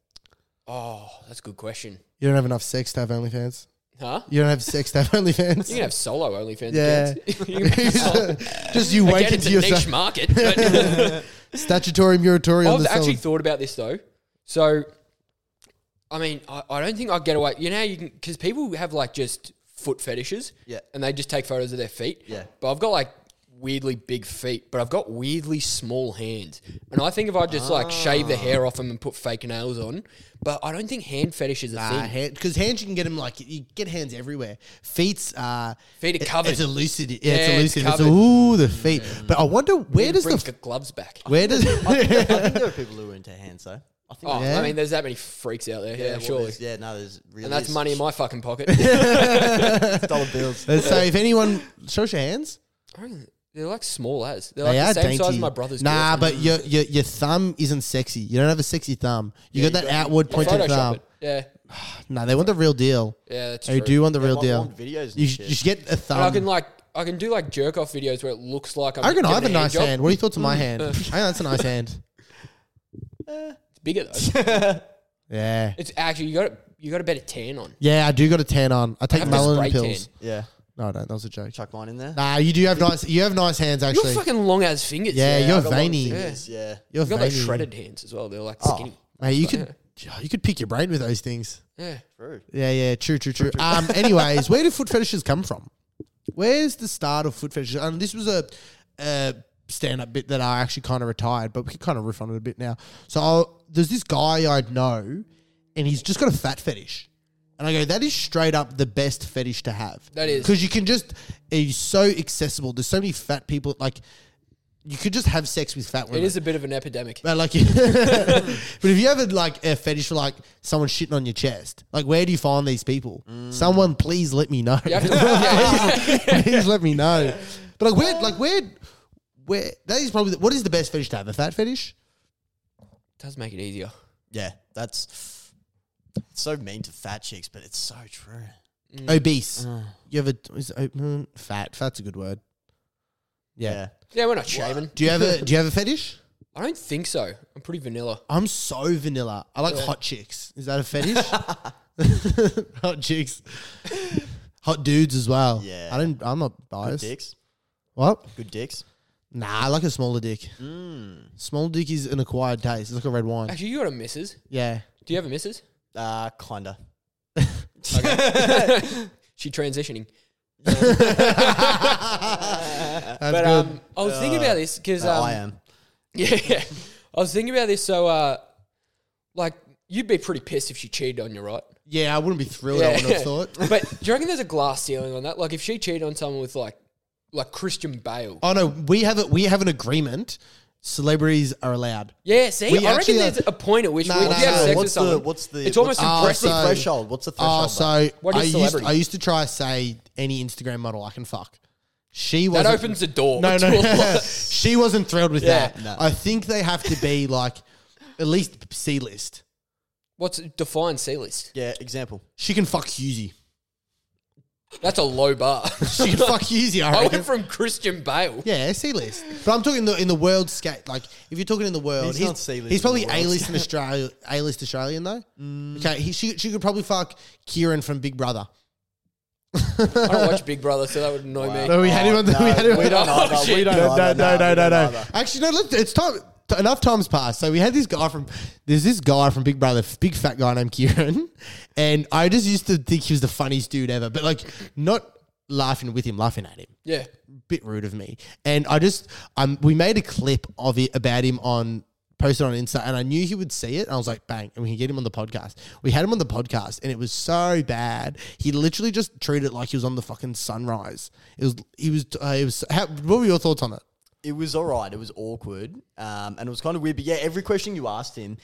[SPEAKER 2] Oh, that's a good question.
[SPEAKER 1] You don't have enough sex to have OnlyFans.
[SPEAKER 2] Huh?
[SPEAKER 1] You don't have sex to have OnlyFans.
[SPEAKER 2] You can have solo OnlyFans
[SPEAKER 1] Yeah.
[SPEAKER 2] accounts. You can have solo-
[SPEAKER 1] just you
[SPEAKER 2] Again,
[SPEAKER 1] wanking
[SPEAKER 2] it's
[SPEAKER 1] to
[SPEAKER 2] a
[SPEAKER 1] yourself.
[SPEAKER 2] niche market. But
[SPEAKER 1] Statutory muratorium.
[SPEAKER 2] I've
[SPEAKER 1] to sell
[SPEAKER 2] actually thought about this though. So, I mean, I, I don't think I'd get away. You know, how you can because people have like just foot fetishes,
[SPEAKER 3] Yeah.
[SPEAKER 2] and they just take photos of their feet,
[SPEAKER 3] Yeah.
[SPEAKER 2] But I've got like weirdly big feet, but I've got weirdly small hands, and I think if I just like shave the hair off them and put fake nails on, but I don't think hand fetish is a
[SPEAKER 1] Nah,
[SPEAKER 2] thing.
[SPEAKER 1] uh, hand because hands you can get them like you get hands everywhere. Feet's uh,
[SPEAKER 2] Feet are
[SPEAKER 1] it-
[SPEAKER 2] covered.
[SPEAKER 1] It's elucidity. Yeah,
[SPEAKER 2] Yeah,
[SPEAKER 1] it's
[SPEAKER 2] it's
[SPEAKER 1] elucidity. It's,
[SPEAKER 2] covered.
[SPEAKER 1] ooh the feet. But I wonder where does
[SPEAKER 2] Bring
[SPEAKER 1] the
[SPEAKER 2] the gloves back.
[SPEAKER 1] where does
[SPEAKER 3] I think there are people who are into hands though. I think
[SPEAKER 2] Oh,
[SPEAKER 1] Yeah.
[SPEAKER 2] I mean, there's that many freaks out there. Yeah,
[SPEAKER 3] well,
[SPEAKER 2] surely.
[SPEAKER 3] there's- Yeah, no, there's really
[SPEAKER 2] And that's
[SPEAKER 3] is.
[SPEAKER 2] money in my fucking pocket.
[SPEAKER 3] dollar bills.
[SPEAKER 1] so if anyone show us your hands
[SPEAKER 2] I reckon They're like small as. They're
[SPEAKER 1] they
[SPEAKER 2] like
[SPEAKER 1] are
[SPEAKER 2] the same
[SPEAKER 1] dainty.
[SPEAKER 2] size as my brother's.
[SPEAKER 1] nah,
[SPEAKER 2] girlfriend.
[SPEAKER 1] but your, your your thumb isn't sexy. You don't have a sexy thumb. You got that outward pointed
[SPEAKER 2] Photoshop
[SPEAKER 1] thumb.
[SPEAKER 2] it. Yeah,
[SPEAKER 1] Nah, they want the real deal.
[SPEAKER 2] yeah, that's
[SPEAKER 1] They
[SPEAKER 2] true.
[SPEAKER 1] do want the real
[SPEAKER 3] want-
[SPEAKER 1] deal.
[SPEAKER 3] want videos and
[SPEAKER 1] you, sh-
[SPEAKER 3] shit.
[SPEAKER 1] you should get a thumb.
[SPEAKER 2] And I can like, I can do like jerk off videos where it looks like I'm.
[SPEAKER 1] I reckon I have
[SPEAKER 2] giving
[SPEAKER 1] a
[SPEAKER 2] hand
[SPEAKER 1] nice
[SPEAKER 2] job. Mm.
[SPEAKER 1] hand. What are your thoughts on my hand? I think that's a nice hand.
[SPEAKER 2] It's bigger though.
[SPEAKER 1] Yeah.
[SPEAKER 2] it's actually you got it. You got a better tan on.
[SPEAKER 1] Yeah, I do got a tan on. I take
[SPEAKER 2] have this
[SPEAKER 1] melanin
[SPEAKER 2] spray tan.
[SPEAKER 1] pills.
[SPEAKER 3] Yeah,
[SPEAKER 1] No, I don't. That was a joke.
[SPEAKER 3] chuck mine in there.
[SPEAKER 1] Nah, you do have nice. You have nice hands,
[SPEAKER 2] You're
[SPEAKER 1] actually.
[SPEAKER 2] fucking long as fingers.
[SPEAKER 1] yeah,
[SPEAKER 2] man.
[SPEAKER 1] you're
[SPEAKER 2] I've got long
[SPEAKER 1] veiny.
[SPEAKER 2] fingers.
[SPEAKER 3] Yes, yeah.
[SPEAKER 1] You're
[SPEAKER 2] You've got
[SPEAKER 1] veiny. Oh.
[SPEAKER 2] like shredded hands as well. They're like skinny.
[SPEAKER 1] Mate, you could, you could pick your brain with those things.
[SPEAKER 2] Yeah.
[SPEAKER 3] True.
[SPEAKER 1] Yeah, yeah, true, true, true. Um, anyways, where do foot fetishes come from? Where's the start of foot fetishes? And this was a, a stand-up bit that I actually kind of retired, but we can kind of riff on it a bit now. So I'll, there's this guy I know, and he's just got a fat fetish. And I go, that is straight up the best fetish to have.
[SPEAKER 2] That is.
[SPEAKER 1] because you can just it's so accessible. There's so many fat people like. You could just have sex with fat women.
[SPEAKER 2] It is a bit of an epidemic.
[SPEAKER 1] But like, but if you ever like a fetish for like someone shitting on your chest, like where do you find these people? Someone please let me know.
[SPEAKER 2] You have to- yeah.
[SPEAKER 1] please let me know. But like where, like where, where that is probably the, what is the best fetish to have? A fat fetish?
[SPEAKER 2] It does make it easier.
[SPEAKER 3] Yeah, that's it's so mean to fat chicks, but it's so true.
[SPEAKER 1] Obese. You ever is it, mm, fat? Fat's a good word. Yeah.
[SPEAKER 2] Yeah, we're not shaving.
[SPEAKER 1] Do you ever do you have a fetish?
[SPEAKER 2] I don't think so. I'm pretty vanilla.
[SPEAKER 1] I'm so vanilla. I like hot chicks. Is that a fetish? hot chicks. Hot dudes as well.
[SPEAKER 3] Yeah.
[SPEAKER 1] I don't I'm not biased.
[SPEAKER 3] Good dicks.
[SPEAKER 1] What?
[SPEAKER 3] Good dicks.
[SPEAKER 1] Nah, I like a smaller dick.
[SPEAKER 2] Hmm.
[SPEAKER 1] Small dick is an acquired taste. It's like a red wine.
[SPEAKER 2] Actually, you got a missus.
[SPEAKER 1] Yeah.
[SPEAKER 2] Do you have a missus?
[SPEAKER 3] Uh, kinda.
[SPEAKER 2] She transitioning.
[SPEAKER 1] That's
[SPEAKER 2] But
[SPEAKER 1] good. Uh,
[SPEAKER 2] um, I was thinking about this because
[SPEAKER 3] No,
[SPEAKER 2] um,
[SPEAKER 3] I am.
[SPEAKER 2] Yeah, yeah. I was thinking about this. So, uh, like, you'd be pretty pissed if she cheated on you, right?
[SPEAKER 1] yeah, I wouldn't be thrilled. I wouldn't have thought.
[SPEAKER 2] but do you reckon there's a glass ceiling on that? Like, if she cheated on someone with like, like Christian Bale.
[SPEAKER 1] Oh no, we have a, we have an agreement. Celebrities are allowed.
[SPEAKER 2] yeah, see,
[SPEAKER 1] we
[SPEAKER 2] I reckon
[SPEAKER 1] actually
[SPEAKER 2] there's
[SPEAKER 1] are-
[SPEAKER 2] a point at which
[SPEAKER 1] No,
[SPEAKER 2] we, if
[SPEAKER 1] no,
[SPEAKER 2] you have
[SPEAKER 1] no.
[SPEAKER 2] sex with
[SPEAKER 3] What's the-
[SPEAKER 2] someone.
[SPEAKER 3] what's the-
[SPEAKER 2] It's almost
[SPEAKER 3] what's-
[SPEAKER 1] Oh,
[SPEAKER 2] impressive.
[SPEAKER 1] so-
[SPEAKER 3] threshold. What's the
[SPEAKER 1] Oh,
[SPEAKER 3] threshold?
[SPEAKER 1] so
[SPEAKER 2] What
[SPEAKER 1] I
[SPEAKER 2] is
[SPEAKER 1] used,
[SPEAKER 2] celebrity?
[SPEAKER 1] I used to try to say any Instagram model I can fuck. she
[SPEAKER 2] That
[SPEAKER 1] wasn't.
[SPEAKER 2] opens the door.
[SPEAKER 1] no,
[SPEAKER 2] to a
[SPEAKER 1] no,
[SPEAKER 2] lot.
[SPEAKER 1] she wasn't thrilled with
[SPEAKER 2] Yeah.
[SPEAKER 1] that.
[SPEAKER 3] No.
[SPEAKER 1] I think they have to be like at least C list.
[SPEAKER 2] What's define C list?
[SPEAKER 3] Yeah, example.
[SPEAKER 1] She can fuck Husey.
[SPEAKER 2] That's a low bar.
[SPEAKER 1] She can fuck Husey. I
[SPEAKER 2] I
[SPEAKER 1] reckon.
[SPEAKER 2] went from Christian Bale.
[SPEAKER 1] Yeah, C list. But I'm talking in the in the world scape. Like if you're talking in the world,
[SPEAKER 3] He's
[SPEAKER 1] he's,
[SPEAKER 3] not C-list
[SPEAKER 1] He's probably
[SPEAKER 3] in the
[SPEAKER 1] A
[SPEAKER 3] world Mm.
[SPEAKER 1] list in Australia. A list Australian though. Okay, he, she she could probably fuck Kieran from Big Brother.
[SPEAKER 2] I don't watch Big Brother, so that would annoy me.
[SPEAKER 1] No, we had him on. The, we had him.
[SPEAKER 3] we don't
[SPEAKER 2] Oh,
[SPEAKER 3] either. We
[SPEAKER 2] shit.
[SPEAKER 3] don't
[SPEAKER 1] no, no,
[SPEAKER 3] either.
[SPEAKER 1] no, no, no,
[SPEAKER 3] we don't
[SPEAKER 1] no.
[SPEAKER 3] either.
[SPEAKER 1] Actually, no. Let's, it's time. t- Enough times passed. So we had this guy from there's this guy from Big Brother, f- big fat guy named Kieran, and I just used to think he was the funniest dude ever. But like, not laughing with him, laughing at him.
[SPEAKER 2] Yeah.
[SPEAKER 1] bit rude of me. And I just um we made a clip of it about him on posted on Insta and I knew he would see it. And I was like, bang, and we can get him on the podcast. We had him on the podcast and it was so bad. He literally just treated it like he was on the fucking sunrise. It was he was uh, it was how, what were your thoughts on it?
[SPEAKER 3] It was all right. It was awkward, um, and it was kind of weird. But yeah, every question you asked him,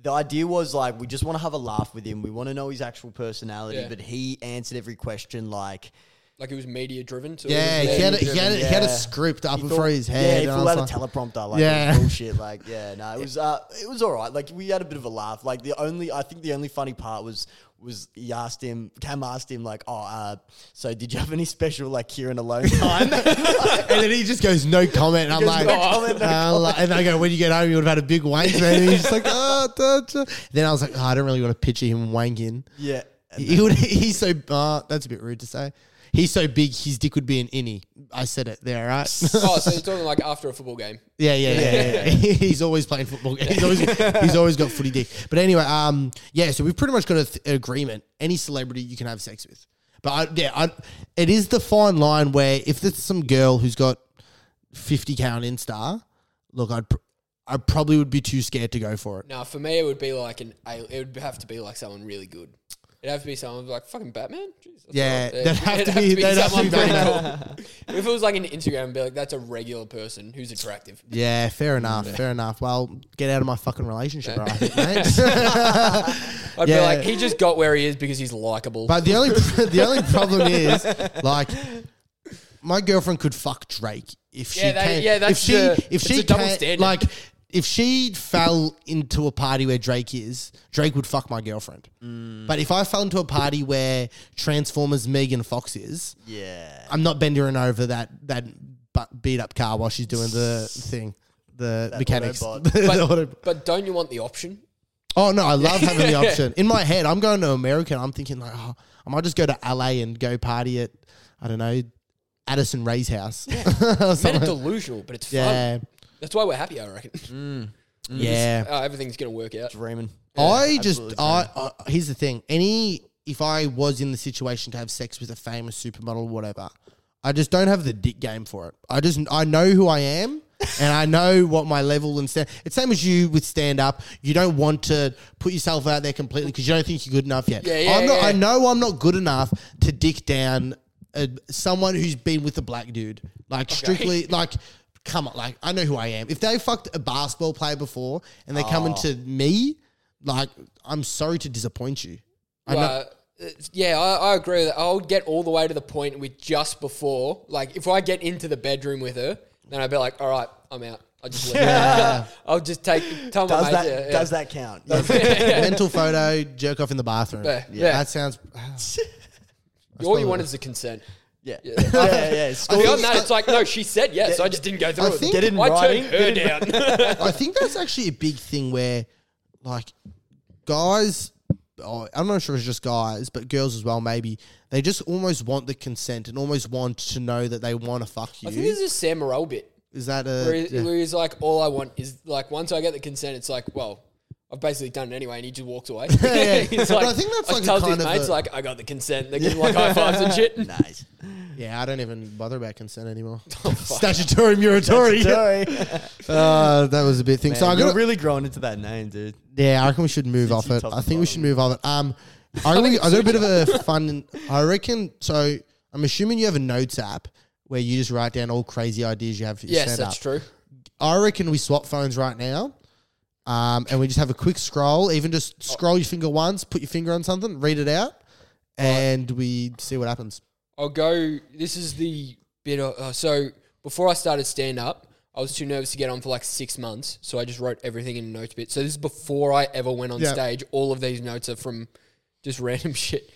[SPEAKER 3] the idea was like we just want to have a laugh with him. We want to know his actual personality,
[SPEAKER 2] Yeah.
[SPEAKER 3] but he answered every question like
[SPEAKER 2] Like it was media driven. So it
[SPEAKER 1] Yeah,
[SPEAKER 2] was
[SPEAKER 1] he had a,
[SPEAKER 2] media
[SPEAKER 1] he had a,
[SPEAKER 2] driven.
[SPEAKER 1] he had a
[SPEAKER 3] Yeah.
[SPEAKER 1] script up
[SPEAKER 3] he
[SPEAKER 1] in
[SPEAKER 3] thought-
[SPEAKER 1] front of his head.
[SPEAKER 3] Yeah,
[SPEAKER 1] and
[SPEAKER 3] he
[SPEAKER 1] I
[SPEAKER 3] pulled
[SPEAKER 1] was
[SPEAKER 3] out
[SPEAKER 1] like-
[SPEAKER 3] a teleprompter. Like
[SPEAKER 1] Yeah.
[SPEAKER 3] it was bullshit. Like yeah, no, it was uh, it was all right. Like we had a bit of a laugh. Like the only I think the only funny part was was he asked him Cam asked him like oh uh, so did you have any special like here in alone time?
[SPEAKER 1] and then he just goes, no comment. And I'm
[SPEAKER 3] goes,
[SPEAKER 1] like,
[SPEAKER 3] "No comment, no
[SPEAKER 1] uh, like- and I go, when you get home, you would have had a big wank. man." And he's just like, oh, duh, duh." then I was like, oh, I don't really want to picture him wanking.
[SPEAKER 3] yeah. And
[SPEAKER 1] He would, he's so, uh, that's a bit rude to say. He's so big, his dick would be an innie. I said it there, right?
[SPEAKER 2] Oh, so you're talking like after a football game.
[SPEAKER 1] Yeah, yeah, yeah, yeah. yeah. he's always playing football. He's always he's always got footy dick. But anyway, um, yeah. So we've pretty much got a th- an agreement. Any celebrity you can have sex with, but I, yeah, I, it is the fine line where if there's some girl who's got fifty k on Insta, look, I'd pr- I probably would be too scared to go for it.
[SPEAKER 2] Now, for me, it would be like an. a- It would have to be like someone really good. It'd have to be someone like fucking Batman. Jeez, that's
[SPEAKER 1] Yeah,
[SPEAKER 2] all right.
[SPEAKER 1] they'd have to be- they'd have to
[SPEAKER 2] someone
[SPEAKER 1] be
[SPEAKER 2] very cool. if it was like an Instagram, it'd be like that's a regular person who's attractive.
[SPEAKER 1] Yeah, fair enough, fair enough. Well, get out of my fucking relationship, right, I think, mate.
[SPEAKER 2] I'd
[SPEAKER 1] Yeah.
[SPEAKER 2] be like, he just got where he is because he's likable.
[SPEAKER 1] But the only the only problem is like my girlfriend could fuck Drake if she
[SPEAKER 2] Yeah, that-
[SPEAKER 1] came,
[SPEAKER 2] yeah,
[SPEAKER 1] if
[SPEAKER 2] that's
[SPEAKER 1] she
[SPEAKER 2] the-
[SPEAKER 1] if
[SPEAKER 2] it's
[SPEAKER 1] she
[SPEAKER 2] a double
[SPEAKER 1] came-
[SPEAKER 2] standard.
[SPEAKER 1] like if she fell into a party where Drake is, Drake would fuck my girlfriend.
[SPEAKER 2] Mm.
[SPEAKER 1] But if I fell into a party where Transformers Megan Fox is,
[SPEAKER 3] yeah.
[SPEAKER 1] I'm not bending her over that that bu- beat up car while she's doing the thing. The mechanics.
[SPEAKER 3] Autobot.
[SPEAKER 1] The Autobot.
[SPEAKER 2] But don't you want the option?
[SPEAKER 1] Oh no, I love having the option. In my head, I'm going to America. And I'm thinking like, oh, I might just go to LA and go party at, I don't know, Addison Ray's house. Or
[SPEAKER 2] It's kind
[SPEAKER 1] something.
[SPEAKER 2] of delusional, but it's fun.
[SPEAKER 1] yeah,
[SPEAKER 2] That's why we're happy, I reckon.
[SPEAKER 1] mm, yeah.
[SPEAKER 2] Uh, everything's gonna work out.
[SPEAKER 3] Dreaming.
[SPEAKER 1] I just, I, I here's the thing. Any, if I was in the situation to have sex with a famous supermodel, or whatever, I just don't have the dick game for it. I just, I know who I am. and I know what my level and stand. It's same as you with stand up. You don't want to put yourself out there completely because you don't think you're good enough yet.
[SPEAKER 2] Yeah, yeah,
[SPEAKER 1] I'm not,
[SPEAKER 2] yeah.
[SPEAKER 1] I know I'm not good enough to dick down uh someone who's been with a black dude. Like strictly, like come on, like I know who I am. If they fucked a basketball player before and they come into me, like I'm sorry to disappoint you. I know-
[SPEAKER 2] Uh, it's- yeah, I, I agree. With that. I would get all the way to the point with just before, like, if I get into the bedroom with her, then I'd be like, all right, I'm out. I just leave. I'll just take. Tell my
[SPEAKER 3] Does
[SPEAKER 2] mate,
[SPEAKER 3] that
[SPEAKER 2] yeah, yeah.
[SPEAKER 3] does that count?
[SPEAKER 1] mental photo, jerk off in the bathroom.
[SPEAKER 2] Yeah.
[SPEAKER 1] that sounds.
[SPEAKER 2] all you want is the consent.
[SPEAKER 3] Yeah. Yeah.
[SPEAKER 2] Yeah.
[SPEAKER 3] yeah, yeah. Score-
[SPEAKER 2] Beyond that, it's like no, she said yes, so I just didn't go through
[SPEAKER 1] I
[SPEAKER 2] with
[SPEAKER 1] think-
[SPEAKER 2] it.
[SPEAKER 1] Get
[SPEAKER 3] in
[SPEAKER 2] I
[SPEAKER 3] writing,
[SPEAKER 2] turned her down.
[SPEAKER 1] I think that's actually a big thing where, like, guys, oh, I'm not sure if it's just guys, but girls as well, maybe, they just almost want the consent and almost want to know that they want to fuck
[SPEAKER 2] I think this
[SPEAKER 1] you.
[SPEAKER 2] is a Sam Morril bit
[SPEAKER 1] Is that
[SPEAKER 2] where,
[SPEAKER 1] a.
[SPEAKER 2] he-
[SPEAKER 1] yeah.
[SPEAKER 2] where he's like, all I want is like once I get the consent, it's like, well. I've basically done it anyway, and he just walked away.
[SPEAKER 1] yeah.
[SPEAKER 2] He's
[SPEAKER 1] But
[SPEAKER 2] like,
[SPEAKER 1] I think that's like a
[SPEAKER 2] tells
[SPEAKER 1] kind
[SPEAKER 2] his
[SPEAKER 1] of
[SPEAKER 2] mates,
[SPEAKER 1] a-
[SPEAKER 2] like, I got the consent. They're giving like high fives and shit.
[SPEAKER 3] nice.
[SPEAKER 1] Yeah, I don't even bother about consent anymore. Statutory muratory.
[SPEAKER 3] Sorry.
[SPEAKER 1] Uh, that was a big thing. so I
[SPEAKER 3] Man, you're
[SPEAKER 1] got.
[SPEAKER 3] really growing into that name, dude.
[SPEAKER 1] Yeah, I reckon we should move off
[SPEAKER 3] you
[SPEAKER 1] it.
[SPEAKER 3] top
[SPEAKER 1] I
[SPEAKER 3] and
[SPEAKER 1] think we
[SPEAKER 3] bottom.
[SPEAKER 1] should move off it. Um, I, reckon- I got a bit of a fun. I reckon so. I'm assuming you have a notes app where you just write down all crazy ideas you have for your
[SPEAKER 2] Yes,
[SPEAKER 1] stand
[SPEAKER 2] that's
[SPEAKER 1] up.
[SPEAKER 2] true.
[SPEAKER 1] I reckon we swap phones right now. Um, and we just have a quick scroll, even just scroll your finger once, put your finger on something, read it out, and we see what happens.
[SPEAKER 2] I'll go. This is the bit of uh, so before I started stand up, I was too nervous to get on for like six months, so I just wrote everything in a notes bit. So this is before I ever went on
[SPEAKER 1] Yeah.
[SPEAKER 2] stage. All of these notes are from just random shit.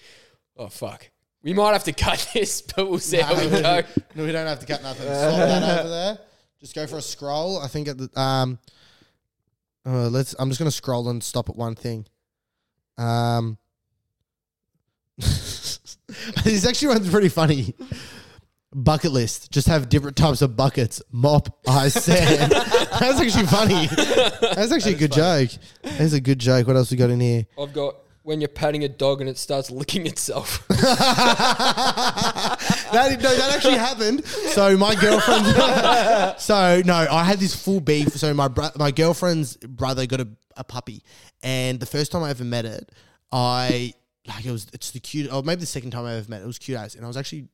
[SPEAKER 2] Oh fuck, we might have to cut this, but we'll see how we go.
[SPEAKER 1] no, we don't have to cut nothing. Slide that over there. Just go for a scroll. I think at the um, uh, let's. I'm just gonna scroll and stop at one thing. Um, this actually one's pretty funny. Bucket list. Just have different types of buckets. Mop, ice, sand. That's actually funny. That's actually a good joke. That's a good joke. What else we got in here?
[SPEAKER 2] I've got when you're patting a dog and it starts licking itself.
[SPEAKER 1] that, no, that actually happened. So my girlfriend. so no, I had this full beef. So my bro- my girlfriend's brother got a, a puppy, and the first time I ever met it, I like it was it's the cute. Or maybe the second time I ever met it, it was cute as, and I was actually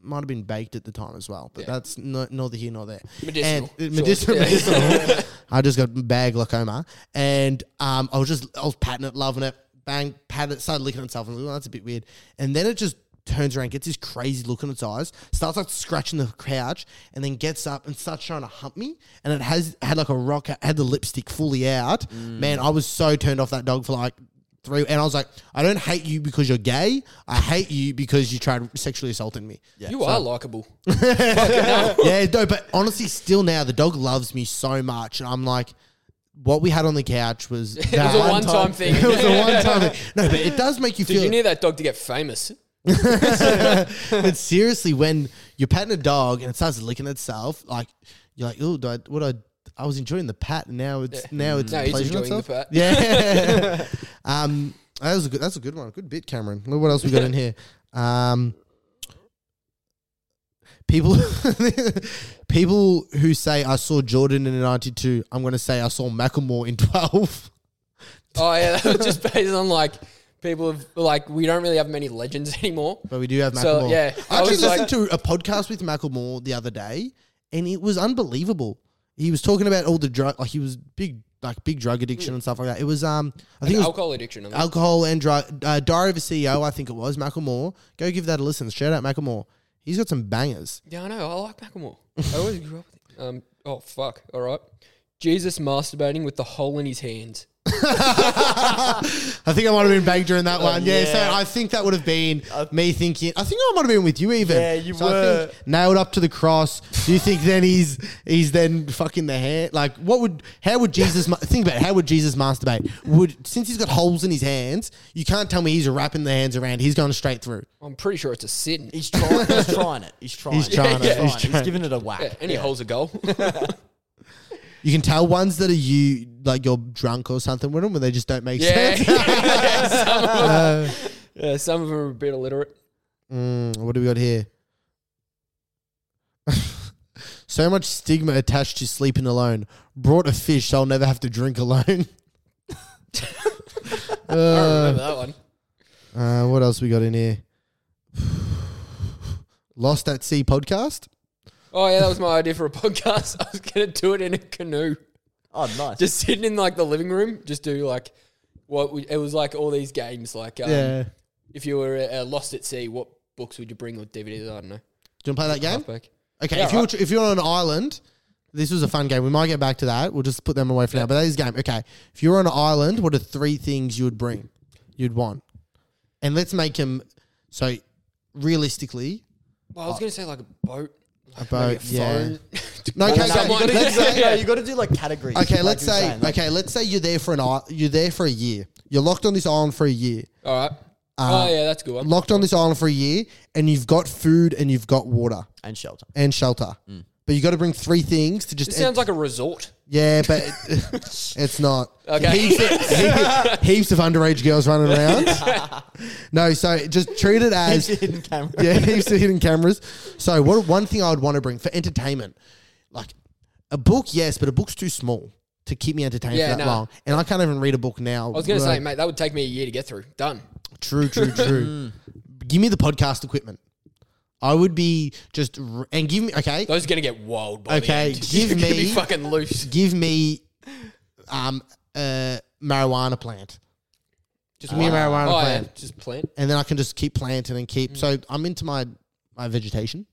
[SPEAKER 1] might have been baked at the time as well. But that's no, neither here nor there.
[SPEAKER 2] Medicinal,
[SPEAKER 1] And, uh,
[SPEAKER 2] sure.
[SPEAKER 1] medicinal.
[SPEAKER 2] Yeah.
[SPEAKER 1] medicinal. I just got bag glaucoma, and um, I was just I was patting it, loving it, bang, pat it, started licking itself, and I was like, oh, that's a bit weird. And then it just turns around, gets this crazy look in its eyes, starts like scratching the couch, and then gets up and starts trying to hump me. And it has had like a rock, had the lipstick fully out. Man, I was so turned off that dog for like. Through, and I was like, I don't hate you because you're gay. I hate you because you tried sexually assaulting me. Yeah,
[SPEAKER 2] you are likable.
[SPEAKER 1] yeah, no, but honestly, still now the dog loves me so much, and I'm like, what we had on the couch was
[SPEAKER 2] It was a one-time thing.
[SPEAKER 1] it was a one time thing. No, but it does make you
[SPEAKER 2] Did
[SPEAKER 1] feel.
[SPEAKER 2] you need that dog to get famous?
[SPEAKER 1] but seriously, when you're patting a dog and it starts licking itself, like you're like, oh, I, what I. I was enjoying the pat, and now it's now it's
[SPEAKER 2] Now he's
[SPEAKER 1] pleasuring
[SPEAKER 2] enjoying the
[SPEAKER 1] itself.
[SPEAKER 2] pat.
[SPEAKER 1] Yeah, um, that was a good. That's a good one. Good bit, Cameron. Look what else we got in here. Um, people, people who say I saw Jordan in '92, I'm going to say I saw Macklemore in '12.
[SPEAKER 2] Oh yeah, that was just based on like people have like we don't really have many legends anymore.
[SPEAKER 1] But we do have Macklemore.
[SPEAKER 2] So, yeah,
[SPEAKER 1] I
[SPEAKER 2] I
[SPEAKER 1] actually
[SPEAKER 2] was like-
[SPEAKER 1] listened to a podcast with Macklemore the other day, and it was unbelievable. He was talking about all the drug, like he was big, like big drug addiction and stuff like that. It was, um, I think it was
[SPEAKER 2] Alcohol addiction. I think.
[SPEAKER 1] alcohol and drug. Uh, Diary of a CEO, I think it was Macklemore. Go give that a listen. Shout out Macklemore. He's got some bangers.
[SPEAKER 2] yeah, I know. I like Macklemore. I always grew up. With it. Um. Oh fuck. All right. Jesus masturbating with the hole in his hands.
[SPEAKER 1] I think I might have been banged during that one. Yeah,
[SPEAKER 3] Oh, yeah.
[SPEAKER 1] so I think that would have been me thinking. I think I might have been with you even.
[SPEAKER 3] Yeah, you
[SPEAKER 1] so I think nailed up to the cross. Do you think then he's he's then fucking the hand? Like, what would how would Jesus ma- think about? It, how would Jesus masturbate? Would since he's got holes in his hands, you can't tell me he's wrapping the hands around. He's going straight through.
[SPEAKER 2] I'm pretty sure it's a sin.
[SPEAKER 3] He's trying. he's trying it. He's trying.
[SPEAKER 1] He's trying
[SPEAKER 3] He's,
[SPEAKER 1] it. He's
[SPEAKER 3] He's,
[SPEAKER 1] trying.
[SPEAKER 3] giving it a whack.
[SPEAKER 2] Yeah, any hole's a goal.
[SPEAKER 1] You can tell ones that are you like you're drunk or something with them when they just don't make
[SPEAKER 2] yeah.
[SPEAKER 1] sense.
[SPEAKER 2] yeah, some of them, yeah. Some of them are a bit illiterate.
[SPEAKER 1] Mm, what do we got here? so much stigma attached to sleeping alone. Brought a fish, so I'll never have to drink alone.
[SPEAKER 2] I don't
[SPEAKER 1] uh,
[SPEAKER 2] remember that one.
[SPEAKER 1] uh, what else we got in here? Lost at Sea podcast.
[SPEAKER 2] Oh yeah, that was my idea for a podcast. I was gonna do it in a canoe.
[SPEAKER 3] Oh, nice.
[SPEAKER 2] just sitting in like the living room, just do like what we, it was like all these games. Like, um,
[SPEAKER 1] Yeah.
[SPEAKER 2] if you were uh, lost at sea, what books would you bring or DVDs? I don't know.
[SPEAKER 1] Do you want to play that game?
[SPEAKER 2] Halfback.
[SPEAKER 1] Okay,
[SPEAKER 2] Yeah,
[SPEAKER 1] if you're if you're on an island, this was a fun game. We might get back to that. We'll just put them away for now. But that is a game. Okay, if you're on an island, what are three things you would bring, you'd want, and let's make them so realistically.
[SPEAKER 2] Well, I was gonna say like a boat,
[SPEAKER 1] A
[SPEAKER 2] maybe
[SPEAKER 1] boat,
[SPEAKER 2] a
[SPEAKER 1] yeah.
[SPEAKER 2] phone.
[SPEAKER 1] No, okay, no,
[SPEAKER 3] No,
[SPEAKER 2] someone-
[SPEAKER 3] you gotta,
[SPEAKER 1] let's
[SPEAKER 3] do,
[SPEAKER 1] say,
[SPEAKER 3] yeah, you gotta do like categories.
[SPEAKER 1] okay,
[SPEAKER 3] like
[SPEAKER 1] let's
[SPEAKER 3] you were
[SPEAKER 1] say,
[SPEAKER 3] saying, like-
[SPEAKER 1] okay, let's say you're there for an i- you're there for a year. You're locked on this island for a year.
[SPEAKER 2] All
[SPEAKER 1] Uh,
[SPEAKER 2] right. oh yeah, that's a good one.
[SPEAKER 1] Locked on this island for a year, and you've got food and you've got water
[SPEAKER 3] and shelter.
[SPEAKER 1] and shelter. But you got to bring three things to just.
[SPEAKER 2] Mm. This sounds like a resort.
[SPEAKER 1] Yeah, but it- it's not.
[SPEAKER 2] Okay.
[SPEAKER 1] Heaps of, heaps of underage girls running around. no, so just treat it as
[SPEAKER 3] Hidden camera.
[SPEAKER 1] yeah, heaps of hidden cameras. So what one thing I would want to bring for entertainment, like a book, yes, but a book's too small to keep me entertained
[SPEAKER 2] Yeah,
[SPEAKER 1] for that
[SPEAKER 2] no.
[SPEAKER 1] long, and I can't even read a book now.
[SPEAKER 2] I was gonna say, mate, that would take me a year to get through. Done.
[SPEAKER 1] True, true,
[SPEAKER 2] Mm.
[SPEAKER 1] true. give me the podcast equipment. I would be just r- and give me okay.
[SPEAKER 2] Those are gonna get wild. By the
[SPEAKER 1] Okay,
[SPEAKER 2] end.
[SPEAKER 1] give
[SPEAKER 2] You're gonna be
[SPEAKER 1] me-
[SPEAKER 2] fucking loose.
[SPEAKER 1] Give me um a marijuana plant.
[SPEAKER 2] Just
[SPEAKER 1] Give me a
[SPEAKER 2] one.
[SPEAKER 1] marijuana
[SPEAKER 2] Oh,
[SPEAKER 1] plant.
[SPEAKER 2] Yeah, just plant.
[SPEAKER 1] and then I can just keep planting and keep. So I'm into my my vegetation.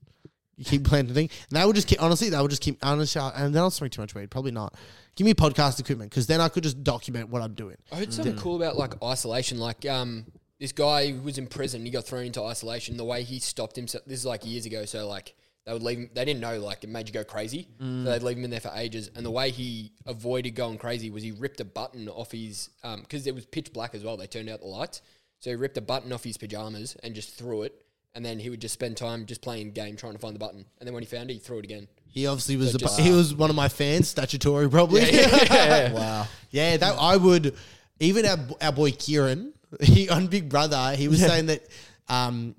[SPEAKER 1] You keep planting, and they would just keep. Honestly, they would just keep. Honestly, I- and then I'll smoke too much weed. Probably not. Give me podcast equipment because then I could just document what I'm doing.
[SPEAKER 2] I heard something cool about like isolation. Like um, this guy who was in prison. He got thrown into isolation. The way he stopped himself. This is like years ago. So like they would leave him. They didn't know like it made you go crazy. So they'd leave him in there for ages. And the way he avoided going crazy was he ripped a button off his um because it was pitch black as well. They turned out the lights. So he ripped a button off his pajamas and just threw it. And then he would just spend time just playing game trying to find the button. And then when he found it, he threw it again.
[SPEAKER 1] He obviously was. a,
[SPEAKER 2] just-
[SPEAKER 1] bu- he was one of my fans, statutory probably.
[SPEAKER 3] Wow.
[SPEAKER 1] Yeah, that I would. Even our, our boy Kieran, he on Big Brother, he was saying that um,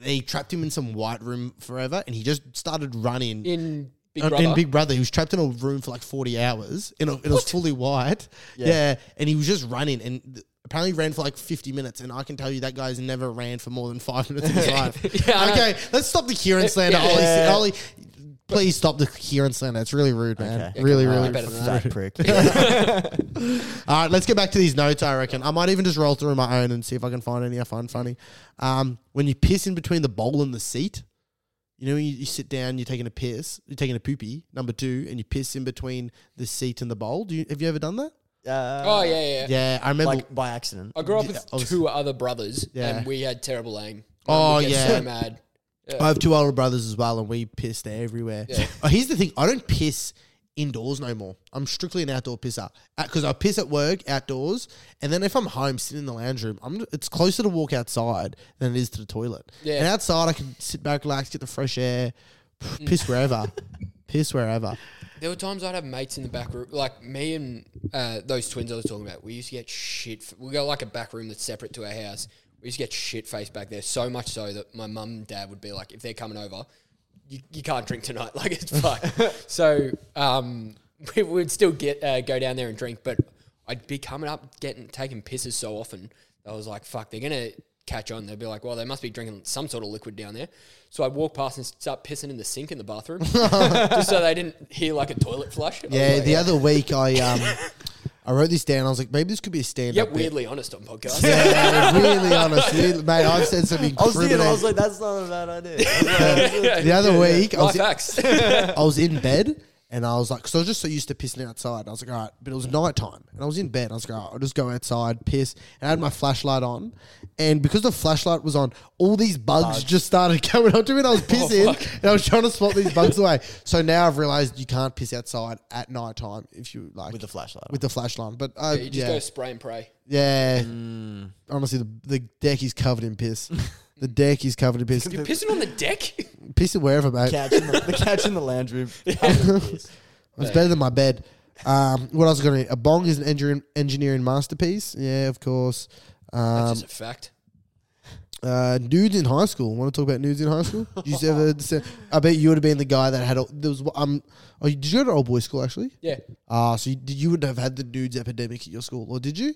[SPEAKER 1] they trapped him in some white room forever, and he just started running.
[SPEAKER 2] In Big
[SPEAKER 1] on-
[SPEAKER 2] Brother.
[SPEAKER 1] in Big Brother, he was trapped in a room for like forty hours, and it it was fully white. Yeah. and he was just running, and th- apparently ran for like fifty minutes. And I can tell you that guy's never ran for more than five minutes in his life.
[SPEAKER 2] Yeah, I know.
[SPEAKER 1] okay, let's stop the Kieran slander,
[SPEAKER 2] yeah.
[SPEAKER 1] Ollie.
[SPEAKER 3] Yeah.
[SPEAKER 1] Ollie, please stop the Kieran slander. It's really rude, man.
[SPEAKER 3] Okay.
[SPEAKER 1] Really, really.
[SPEAKER 2] on, better than
[SPEAKER 3] Fat prick.
[SPEAKER 1] All right, let's get back to these notes. I reckon I might even just roll through my own and see if I can find any I find funny. Um, when you piss in between the bowl and the seat, you know, when you, you sit down, you're taking a piss, you're taking a poopy. Number two, and you piss in between the seat and the bowl. Do you have you ever done that?
[SPEAKER 2] Oh
[SPEAKER 3] Uh,
[SPEAKER 2] yeah, yeah. yeah.
[SPEAKER 1] Yeah, I remember.
[SPEAKER 3] Like by accident.
[SPEAKER 2] I grew up
[SPEAKER 1] Yeah,
[SPEAKER 2] with
[SPEAKER 1] obviously.
[SPEAKER 2] two other brothers,
[SPEAKER 1] Yeah.
[SPEAKER 2] and we had terrible aim.
[SPEAKER 1] Oh,
[SPEAKER 2] I would get
[SPEAKER 1] yeah.
[SPEAKER 2] so mad.
[SPEAKER 1] I have two older brothers as well, and we pissed everywhere.
[SPEAKER 2] Yeah.
[SPEAKER 1] Oh, here's the thing: I don't piss indoors no more. I'm strictly an outdoor pisser because I piss at work outdoors, and then if I'm home sitting in the lounge room, I'm it's closer to walk outside than it is to the toilet.
[SPEAKER 2] Yeah.
[SPEAKER 1] And outside, I can sit back, relax, get the fresh air,
[SPEAKER 3] Mm.
[SPEAKER 1] piss wherever, piss
[SPEAKER 3] Oh
[SPEAKER 1] wherever.
[SPEAKER 2] There were times I'd have mates in the back room, like me and uh, those twins I was talking about. We used to get shit. F- we got like a back room that's separate to our house. We used to get shit faced back there, so much so that my mum and dad would be like, if they're coming over, you, you can't drink tonight. Like it's fucked. so um, we would still get uh, go down there and drink, but I'd be coming up getting taking pisses so often. I was like, fuck, they're gonna catch on. They'd be like, well, they must be drinking some sort of liquid down there. So I'd walk past and start pissing in the sink in the bathroom, just so they didn't hear like a toilet flush. I was
[SPEAKER 1] Yeah.
[SPEAKER 2] like,
[SPEAKER 1] the other week, I um, I wrote this down. I was like, maybe this could be a stand
[SPEAKER 2] yeah,
[SPEAKER 1] up.
[SPEAKER 2] weirdly honest on podcast.
[SPEAKER 1] Yeah, really honest, really- mate. I've said something.
[SPEAKER 3] I was thinking, I
[SPEAKER 1] criminal.
[SPEAKER 3] was like, that's not a bad idea.
[SPEAKER 1] the other week, I was
[SPEAKER 2] Life hacks.
[SPEAKER 1] I was in bed and I was like, because I was just so used to pissing outside. And I was like, all right, but it was nighttime and I was in bed. I was like, all right, I'll just go outside, piss. And I had my flashlight on. And because the flashlight was on, all these bugs just started coming up to me and I was pissing and I was trying to swat these bugs away. So now I've realized you can't piss outside at nighttime if you like.
[SPEAKER 3] With the flashlight.
[SPEAKER 1] With the flashlight. on. But I,
[SPEAKER 2] You just
[SPEAKER 1] yeah.
[SPEAKER 2] go spray and pray.
[SPEAKER 1] yeah. Honestly, the, the deck is covered in piss. the deck is covered in piss.
[SPEAKER 2] You're pissing on the deck.
[SPEAKER 1] Piss it wherever, mate.
[SPEAKER 3] Couch in the, the couch in the lounge room. Oh,
[SPEAKER 1] It's better than my bed. Um, what else is going to A bong is an engineering, engineering masterpiece. Yeah, of course.
[SPEAKER 2] That's
[SPEAKER 1] Um,
[SPEAKER 2] just a fact.
[SPEAKER 1] uh, nudes in high school. Want to talk about nudes in high school? Did you ever? se- I bet you would have been the guy that had. all- There was. Um, oh, did you go to old boy school actually?
[SPEAKER 2] Yeah.
[SPEAKER 1] Ah, so you, did, you would have had the nudes epidemic at your school, or did you?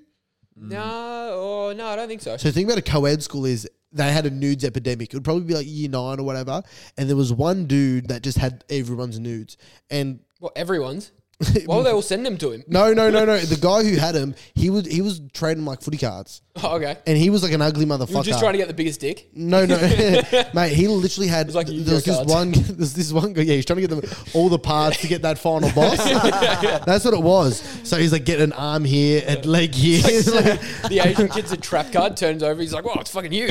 [SPEAKER 2] No, oh, no, I don't think so.
[SPEAKER 1] So the thing about a co-ed school is they had a nudes epidemic. It would probably be like year nine or whatever, and there was one dude that just had everyone's nudes, and
[SPEAKER 2] Well, everyone's. Why would they all send them to him?
[SPEAKER 1] no, no, no, no. the guy who had him, he was he was trading like footy cards.
[SPEAKER 2] Oh, okay.
[SPEAKER 1] and he was like an ugly
[SPEAKER 2] You were
[SPEAKER 1] motherfucker.
[SPEAKER 2] just trying to get the biggest dick.
[SPEAKER 1] no, no, mate. He literally had.
[SPEAKER 2] was like
[SPEAKER 1] th-
[SPEAKER 2] Yu-Gi-Oh
[SPEAKER 1] there was this
[SPEAKER 2] cards.
[SPEAKER 1] one. There's this one guy. Yeah, he's trying to get them all the parts to get that final boss. That's what it was. So he's like, get an arm here, a leg here. Like-
[SPEAKER 2] The Asian kid's a trap card, turns over, he's like, "Wow, it's fucking you."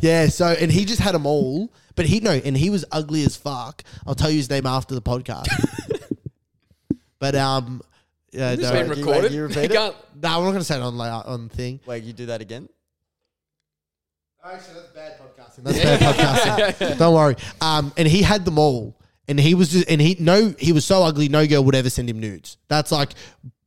[SPEAKER 1] yeah. So and he just had them all, but he no, and he was ugly as fuck. I'll tell you his name after the podcast. but um, yeah,
[SPEAKER 2] It's
[SPEAKER 1] no,
[SPEAKER 2] been
[SPEAKER 3] you- wait,
[SPEAKER 2] recorded.
[SPEAKER 3] you repeat
[SPEAKER 2] They
[SPEAKER 3] it?
[SPEAKER 2] can't-
[SPEAKER 1] nah, we're not gonna say it on la- on thing.
[SPEAKER 3] Wait, you do that again?
[SPEAKER 1] Actually, that's bad podcasting. That's bad podcasting. Don't worry. Um, and he had them all, and he was just, and he no, he was so ugly, no girl would ever send him nudes. That's like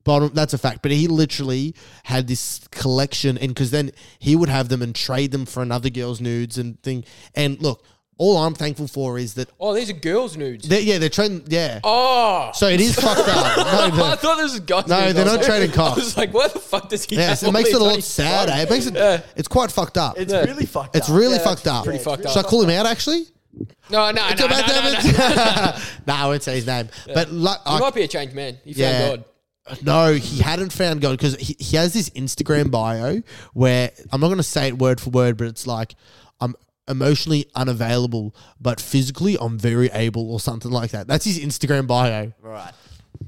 [SPEAKER 1] bottom. That's a fact. But he literally had this collection, and because then he would have them and trade them for another girl's nudes and thing. And look, all I'm thankful for is that.
[SPEAKER 2] Oh, these are girls' nudes.
[SPEAKER 1] They're, yeah, they're trading. Yeah.
[SPEAKER 2] oh.
[SPEAKER 1] So it is fucked up. No,
[SPEAKER 2] I
[SPEAKER 1] the-
[SPEAKER 2] thought this was guys.
[SPEAKER 1] No,
[SPEAKER 2] nudes.
[SPEAKER 1] they're
[SPEAKER 2] I was
[SPEAKER 1] not
[SPEAKER 2] like-
[SPEAKER 1] trading cocks.
[SPEAKER 2] I was like, "Why the fuck does he?"
[SPEAKER 1] yes,
[SPEAKER 2] have
[SPEAKER 1] it
[SPEAKER 2] all
[SPEAKER 1] makes
[SPEAKER 2] these
[SPEAKER 1] it a lot
[SPEAKER 2] bloody
[SPEAKER 1] sadder.
[SPEAKER 2] photos?
[SPEAKER 1] It makes it.
[SPEAKER 2] Yeah.
[SPEAKER 1] It's quite fucked up.
[SPEAKER 3] It's
[SPEAKER 2] Yeah.
[SPEAKER 3] really fucked
[SPEAKER 1] It's
[SPEAKER 3] up.
[SPEAKER 1] really
[SPEAKER 2] Yeah,
[SPEAKER 1] fucked
[SPEAKER 2] it's
[SPEAKER 1] up.
[SPEAKER 2] pretty fucked
[SPEAKER 1] Should I
[SPEAKER 2] up.
[SPEAKER 1] call him out actually?
[SPEAKER 2] No, no, no, no,
[SPEAKER 1] About
[SPEAKER 2] no, no,
[SPEAKER 1] that
[SPEAKER 2] no.
[SPEAKER 1] much- Nah, I won't say his name. But like,
[SPEAKER 2] He
[SPEAKER 1] I,
[SPEAKER 2] might be a changed man. He
[SPEAKER 1] yeah,
[SPEAKER 2] found God.
[SPEAKER 1] no, he hadn't found God because he, he has this Instagram bio where I'm not going to say it word for word, but it's like I'm emotionally unavailable, but physically I'm very able or something like that. That's his Instagram bio.
[SPEAKER 3] Right.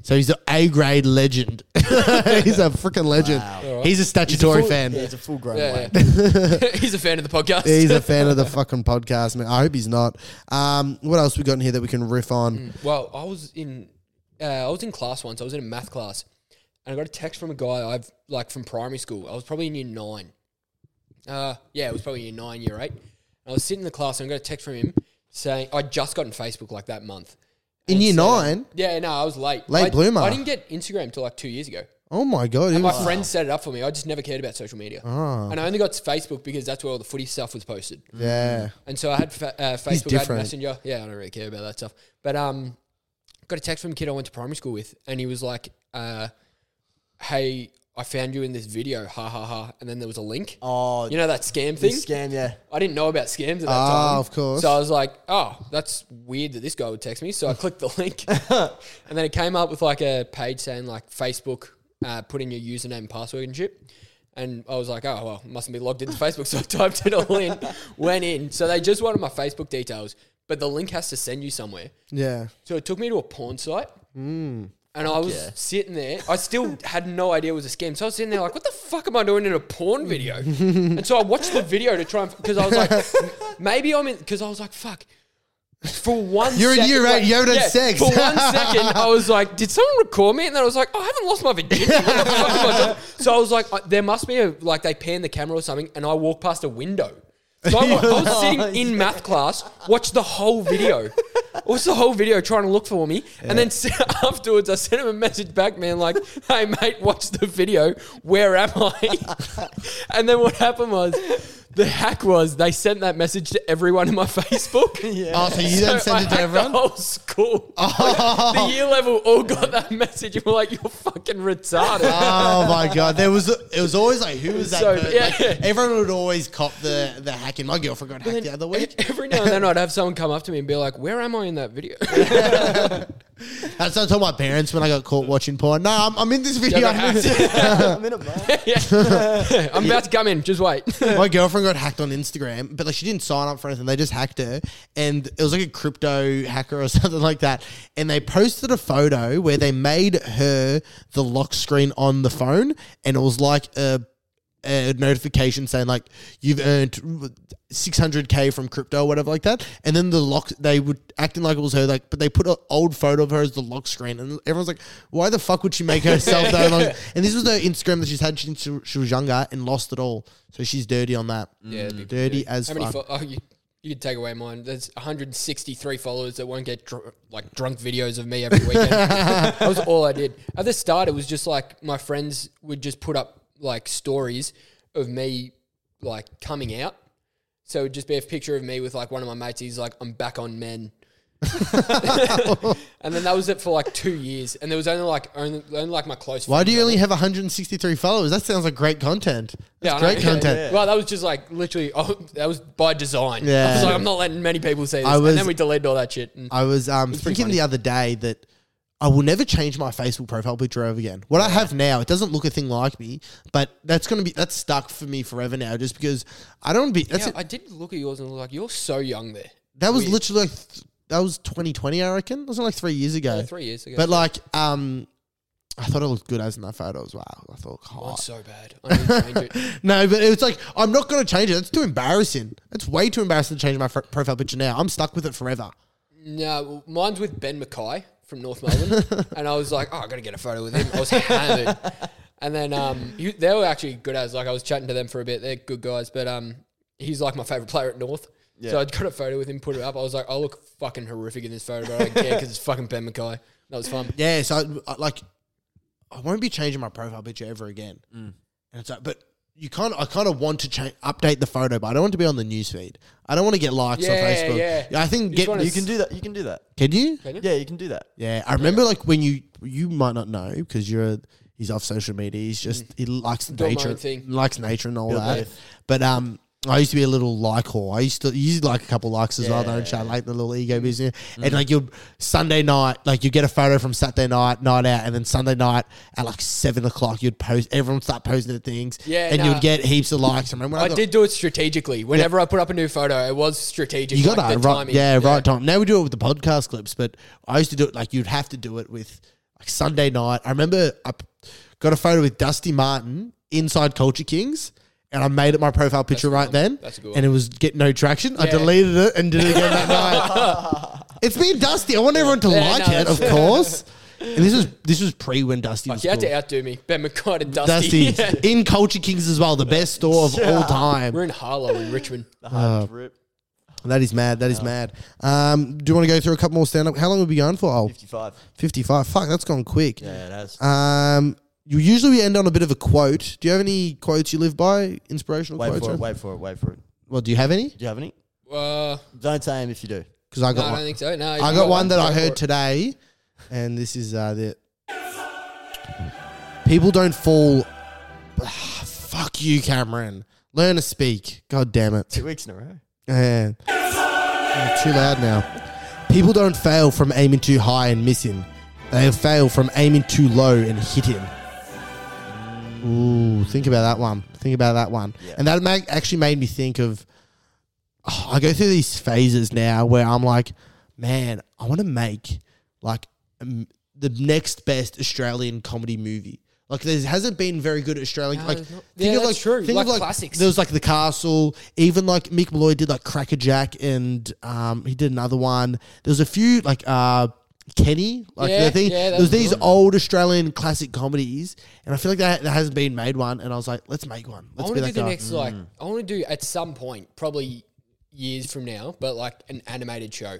[SPEAKER 1] So he's an A grade legend. he's a freaking legend. He's a statutory
[SPEAKER 2] full-
[SPEAKER 1] fan.
[SPEAKER 3] Yeah, he's a full grown one.
[SPEAKER 2] Yeah, yeah. He's a fan of the podcast.
[SPEAKER 1] He's a fan of the fucking podcast, man. I hope he's not. Um, what else we got in here that we can riff on?
[SPEAKER 2] Well, I was in uh, I was in class once. I was in a math class, and I got a text from a guy I've like from primary school. I was probably in year nine. Uh, yeah, it was probably year nine, year eight. I was sitting in the class, and I got a text from him saying I just got on Facebook like that month.
[SPEAKER 1] In
[SPEAKER 2] And
[SPEAKER 1] year
[SPEAKER 2] so-
[SPEAKER 1] nine?
[SPEAKER 2] Yeah, no, I was late.
[SPEAKER 1] Late
[SPEAKER 2] I,
[SPEAKER 1] bloomer.
[SPEAKER 2] I didn't get Instagram till like two years ago.
[SPEAKER 1] Oh my god, he
[SPEAKER 2] My
[SPEAKER 1] was-
[SPEAKER 2] friends set it up for me. I just never cared about social media,
[SPEAKER 1] Ah.
[SPEAKER 2] and I only got Facebook because that's where all the footy stuff was posted.
[SPEAKER 1] yeah.
[SPEAKER 2] And so I had fa- uh, Facebook, I had
[SPEAKER 1] different.
[SPEAKER 2] Messenger. Yeah, I don't really care about that stuff. But um, got a text from a kid I went to primary school with, and he was like, uh, "Hey, I found you in this video, ha ha ha." And then there was a link.
[SPEAKER 3] Oh,
[SPEAKER 2] you know that scam
[SPEAKER 3] the
[SPEAKER 2] thing.
[SPEAKER 3] scam, yeah.
[SPEAKER 2] I didn't know about scams at that
[SPEAKER 1] Ah,
[SPEAKER 2] time.
[SPEAKER 1] of course.
[SPEAKER 2] So I was like, "Oh, that's weird that this guy would text me." So I clicked the link, and then it came up with like a page saying like Facebook, uh, put in your username, password, and shit. And I was like, "Oh well, mustn't be logged into Facebook." So I typed it all in, went in. So they just wanted my Facebook details, but the link has to send you somewhere.
[SPEAKER 1] Yeah.
[SPEAKER 2] So it took me to a porn site. And I was
[SPEAKER 3] yeah.
[SPEAKER 2] sitting there. I still had no idea it was a scam. So I was sitting there like, what the fuck am I doing in a porn video? and so I watched the video to try and, because I was like, maybe I'm in, because I was like, fuck. For one
[SPEAKER 1] You're in
[SPEAKER 2] second-
[SPEAKER 1] year eight,
[SPEAKER 2] wait,
[SPEAKER 1] you haven't had sex.
[SPEAKER 2] For one second, I was like, did someone record me? And then I was like, oh, I haven't lost my virginity. What the fuck am I doing? So I was like, uh, there must be a, like, they panned the camera or something, and I walked past a window. So I, wa- I was sitting in math class, watched the whole video. Watched the whole video trying to look for me. And then s- afterwards, I sent him a message back, man, like, hey, mate, watch the video. Where am I? and then what happened was the hack was they sent that message to everyone in my Facebook. Yeah.
[SPEAKER 1] Oh, so you then
[SPEAKER 2] I
[SPEAKER 1] send it to
[SPEAKER 2] hacked
[SPEAKER 1] everyone? Oh.
[SPEAKER 2] The whole school. Like, the year level all got that message and were like, you're fucking retarded.
[SPEAKER 1] Oh my god, there was it was always like who was that?
[SPEAKER 2] So-
[SPEAKER 1] person?
[SPEAKER 2] yeah.
[SPEAKER 1] Like, everyone would always cop the the hacking. My girlfriend got hacked the other week.
[SPEAKER 2] Every now and then I'd have someone come up to me and be like, where am I in that video?
[SPEAKER 1] That's what I told my parents when I got caught watching porn. No, I'm, I'm in this video.
[SPEAKER 2] Yeah, got hacked.
[SPEAKER 3] I'm in a bar.
[SPEAKER 2] Yeah. I'm about to come in. Just wait.
[SPEAKER 1] my girlfriend got hacked on Instagram, but like she didn't sign up for anything. They just hacked her, and it was like a crypto hacker or something like that. And they posted a photo where they made her the lock screen on the phone, and it was like a, a uh, notification saying like you've earned 600k from crypto or whatever like that. And then the lock they would acting like it was her like, but they put an old photo of her as the lock screen, and everyone's like, why the fuck would she make herself that? Long? And this was her Instagram that she's had since she was younger and lost it all, so she's dirty on that. Mm.
[SPEAKER 2] Yeah, it'd be
[SPEAKER 1] dirty as
[SPEAKER 2] How many?
[SPEAKER 1] fuck.
[SPEAKER 2] Fo- oh, you, you could take away mine. There's 163 followers that won't get dr- like drunk videos of me every weekend. that was all I did. At the start, it was just like my friends would just put up like stories of me like coming out. So it'd just be a picture of me with like one of my mates. He's like, "I'm back on men." and then that was it for like two years, and there was only like only, only like my close.
[SPEAKER 1] Why do
[SPEAKER 2] friends
[SPEAKER 1] you
[SPEAKER 2] on
[SPEAKER 1] only have 163 followers? That sounds like great content. That's
[SPEAKER 2] I know.
[SPEAKER 1] great content.
[SPEAKER 2] Well, that was just like literally. Oh, that was by design. Yeah. I
[SPEAKER 1] Yeah.
[SPEAKER 2] was like, I'm not letting many people see this.
[SPEAKER 1] I
[SPEAKER 2] and
[SPEAKER 1] was-
[SPEAKER 2] then we deleted all that shit. And
[SPEAKER 1] I was um,
[SPEAKER 2] pretty
[SPEAKER 1] thinking
[SPEAKER 2] funny.
[SPEAKER 1] the other day that I will never change my Facebook profile picture ever again. What I have now, it doesn't look a thing like me, but that's gonna be that's stuck for me forever now. Just because I don't be that's
[SPEAKER 2] yeah,
[SPEAKER 1] it.
[SPEAKER 2] I did look at yours and was like, you're so young there.
[SPEAKER 1] that was
[SPEAKER 2] weird.
[SPEAKER 1] literally like th- that was 2020, I reckon. Wasn't it like three years ago.
[SPEAKER 2] Yeah, three years ago.
[SPEAKER 1] But like, um, I thought it looked good as in that photo as well. I thought,
[SPEAKER 2] Mine's
[SPEAKER 1] hot.
[SPEAKER 2] so bad. I need to change it.
[SPEAKER 1] No, but it's like I'm not going to change it. It's too embarrassing. It's way too embarrassing to change my fr- profile picture now. I'm stuck with it forever.
[SPEAKER 2] No, well, mine's with Ben Mackay from North Melbourne, and I was like, oh, I gotta get a photo with him. I was hammered. And then um, you, they were actually good as like I was chatting to them for a bit. They're good guys, but um, he's like my favorite player at North. So I got a photo with him, put it up. I was like, I look fucking horrific in this photo, but I don't care because it's fucking Ben Mackay. That was fun.
[SPEAKER 1] Yeah, so I, I- like I won't be changing my profile picture ever again.
[SPEAKER 2] Mm.
[SPEAKER 1] And it's like, but you kind of, I kind of want to change, update the photo, but I don't want to be on the newsfeed. I don't want to get likes on
[SPEAKER 2] Yeah,
[SPEAKER 1] Facebook.
[SPEAKER 2] yeah.
[SPEAKER 1] I think
[SPEAKER 2] You just
[SPEAKER 1] get,
[SPEAKER 2] wanna
[SPEAKER 1] you
[SPEAKER 3] You
[SPEAKER 1] can,
[SPEAKER 3] can do that. You can do that.
[SPEAKER 1] can you?
[SPEAKER 3] Yeah, you can do that.
[SPEAKER 1] Yeah, I remember like when you you might not know because you're he's off social media. He's just he likes
[SPEAKER 2] Mm. my
[SPEAKER 1] nature,
[SPEAKER 2] own thing.
[SPEAKER 1] likes nature and all
[SPEAKER 3] Build
[SPEAKER 1] that.
[SPEAKER 3] life.
[SPEAKER 1] But um, I used to be a little like whore. I used to use like a couple likes as well, though, and shine like the little ego
[SPEAKER 2] Mm.
[SPEAKER 1] business. And like your Sunday night, like you get a photo from Saturday night, night out, and then Sunday night at like seven o'clock, you'd post. Everyone would start posting their things,
[SPEAKER 2] Yeah,
[SPEAKER 1] and
[SPEAKER 2] nah.
[SPEAKER 1] you'd get heaps of likes. And when I,
[SPEAKER 2] I
[SPEAKER 1] got-
[SPEAKER 2] did do it strategically. Whenever I put up a new photo, it was strategic.
[SPEAKER 1] You got
[SPEAKER 2] like
[SPEAKER 1] to
[SPEAKER 2] the
[SPEAKER 1] right,
[SPEAKER 2] timing.
[SPEAKER 1] yeah, right time. Now we do it with the podcast clips, but I used to do it like you'd have to do it with like Sunday night. I remember I p- got a photo with Dusty Martin inside Culture Kings. And I made it my profile picture right then,
[SPEAKER 2] That's a good
[SPEAKER 1] and it was getting no traction. I
[SPEAKER 2] Yeah.
[SPEAKER 1] deleted it and did it again that night. It's been Dusty. I want everyone to
[SPEAKER 2] Yeah,
[SPEAKER 1] like
[SPEAKER 2] no,
[SPEAKER 1] it, of
[SPEAKER 2] that's-
[SPEAKER 1] course. And this was this was pre when Dusty was
[SPEAKER 2] You had
[SPEAKER 1] cool.
[SPEAKER 2] to outdo me. Ben McCart and Dusty.
[SPEAKER 1] Dusty in Culture Kings as well, the best store of all time.
[SPEAKER 2] We're in Harlow in Richmond.
[SPEAKER 3] The hard rip.
[SPEAKER 1] That is mad. That is mad. Um, do you want to go through a couple more stand up? How long have we gone for? Oh,
[SPEAKER 3] 55.
[SPEAKER 1] 55. Fuck, that's gone quick.
[SPEAKER 3] Yeah, it has.
[SPEAKER 1] Um, you usually we end on a bit of a quote. Do you have any quotes you live by? Inspirational
[SPEAKER 3] wait
[SPEAKER 1] quotes?
[SPEAKER 3] for it,
[SPEAKER 1] right?
[SPEAKER 3] wait for it, wait for it.
[SPEAKER 1] Well, do you have any?
[SPEAKER 3] Do you have any?
[SPEAKER 2] Uh,
[SPEAKER 3] Don't say them if you do.
[SPEAKER 1] Because I
[SPEAKER 2] no,
[SPEAKER 1] got
[SPEAKER 2] I
[SPEAKER 1] one.
[SPEAKER 2] don't think so. No, you
[SPEAKER 1] I got one that I
[SPEAKER 2] Go for
[SPEAKER 1] heard
[SPEAKER 2] it.
[SPEAKER 1] today, and this is uh, the people don't fall. Fuck you, Cameron. Learn to speak. God damn it.
[SPEAKER 3] Two weeks in a row.
[SPEAKER 1] Yeah. Oh, too loud now. People don't fail from aiming too high and missing. They fail from aiming too low and hitting. Ooh, think about that one. Think about that one.
[SPEAKER 3] Yeah.
[SPEAKER 1] And that ma- actually made me think of. oh, I go through these phases now where I'm like, man, I want to make like um, the next best Australian comedy movie. Like there hasn't been very good Australian.
[SPEAKER 2] No,
[SPEAKER 1] like
[SPEAKER 2] there's not-
[SPEAKER 1] think
[SPEAKER 2] Yeah,
[SPEAKER 1] of
[SPEAKER 2] that's
[SPEAKER 1] like
[SPEAKER 2] true.
[SPEAKER 1] think
[SPEAKER 2] Like
[SPEAKER 1] of like
[SPEAKER 2] classics.
[SPEAKER 1] there was like the castle. Even like Mick Malloy did like Crackerjack, and um, he did another one. There was a few like uh, Kenny, like
[SPEAKER 2] Yeah,
[SPEAKER 1] the thing.
[SPEAKER 2] yeah, that
[SPEAKER 1] there was
[SPEAKER 2] was
[SPEAKER 1] these
[SPEAKER 2] good.
[SPEAKER 1] old Australian classic comedies, and I feel like that, that hasn't been made one. And I was like, let's make one.
[SPEAKER 2] I
[SPEAKER 1] Let's
[SPEAKER 2] want
[SPEAKER 1] be
[SPEAKER 2] to do
[SPEAKER 1] that
[SPEAKER 2] the
[SPEAKER 1] guy.
[SPEAKER 2] next, like,
[SPEAKER 1] mm.
[SPEAKER 2] I want to do at some point, probably years from now, but like an animated show.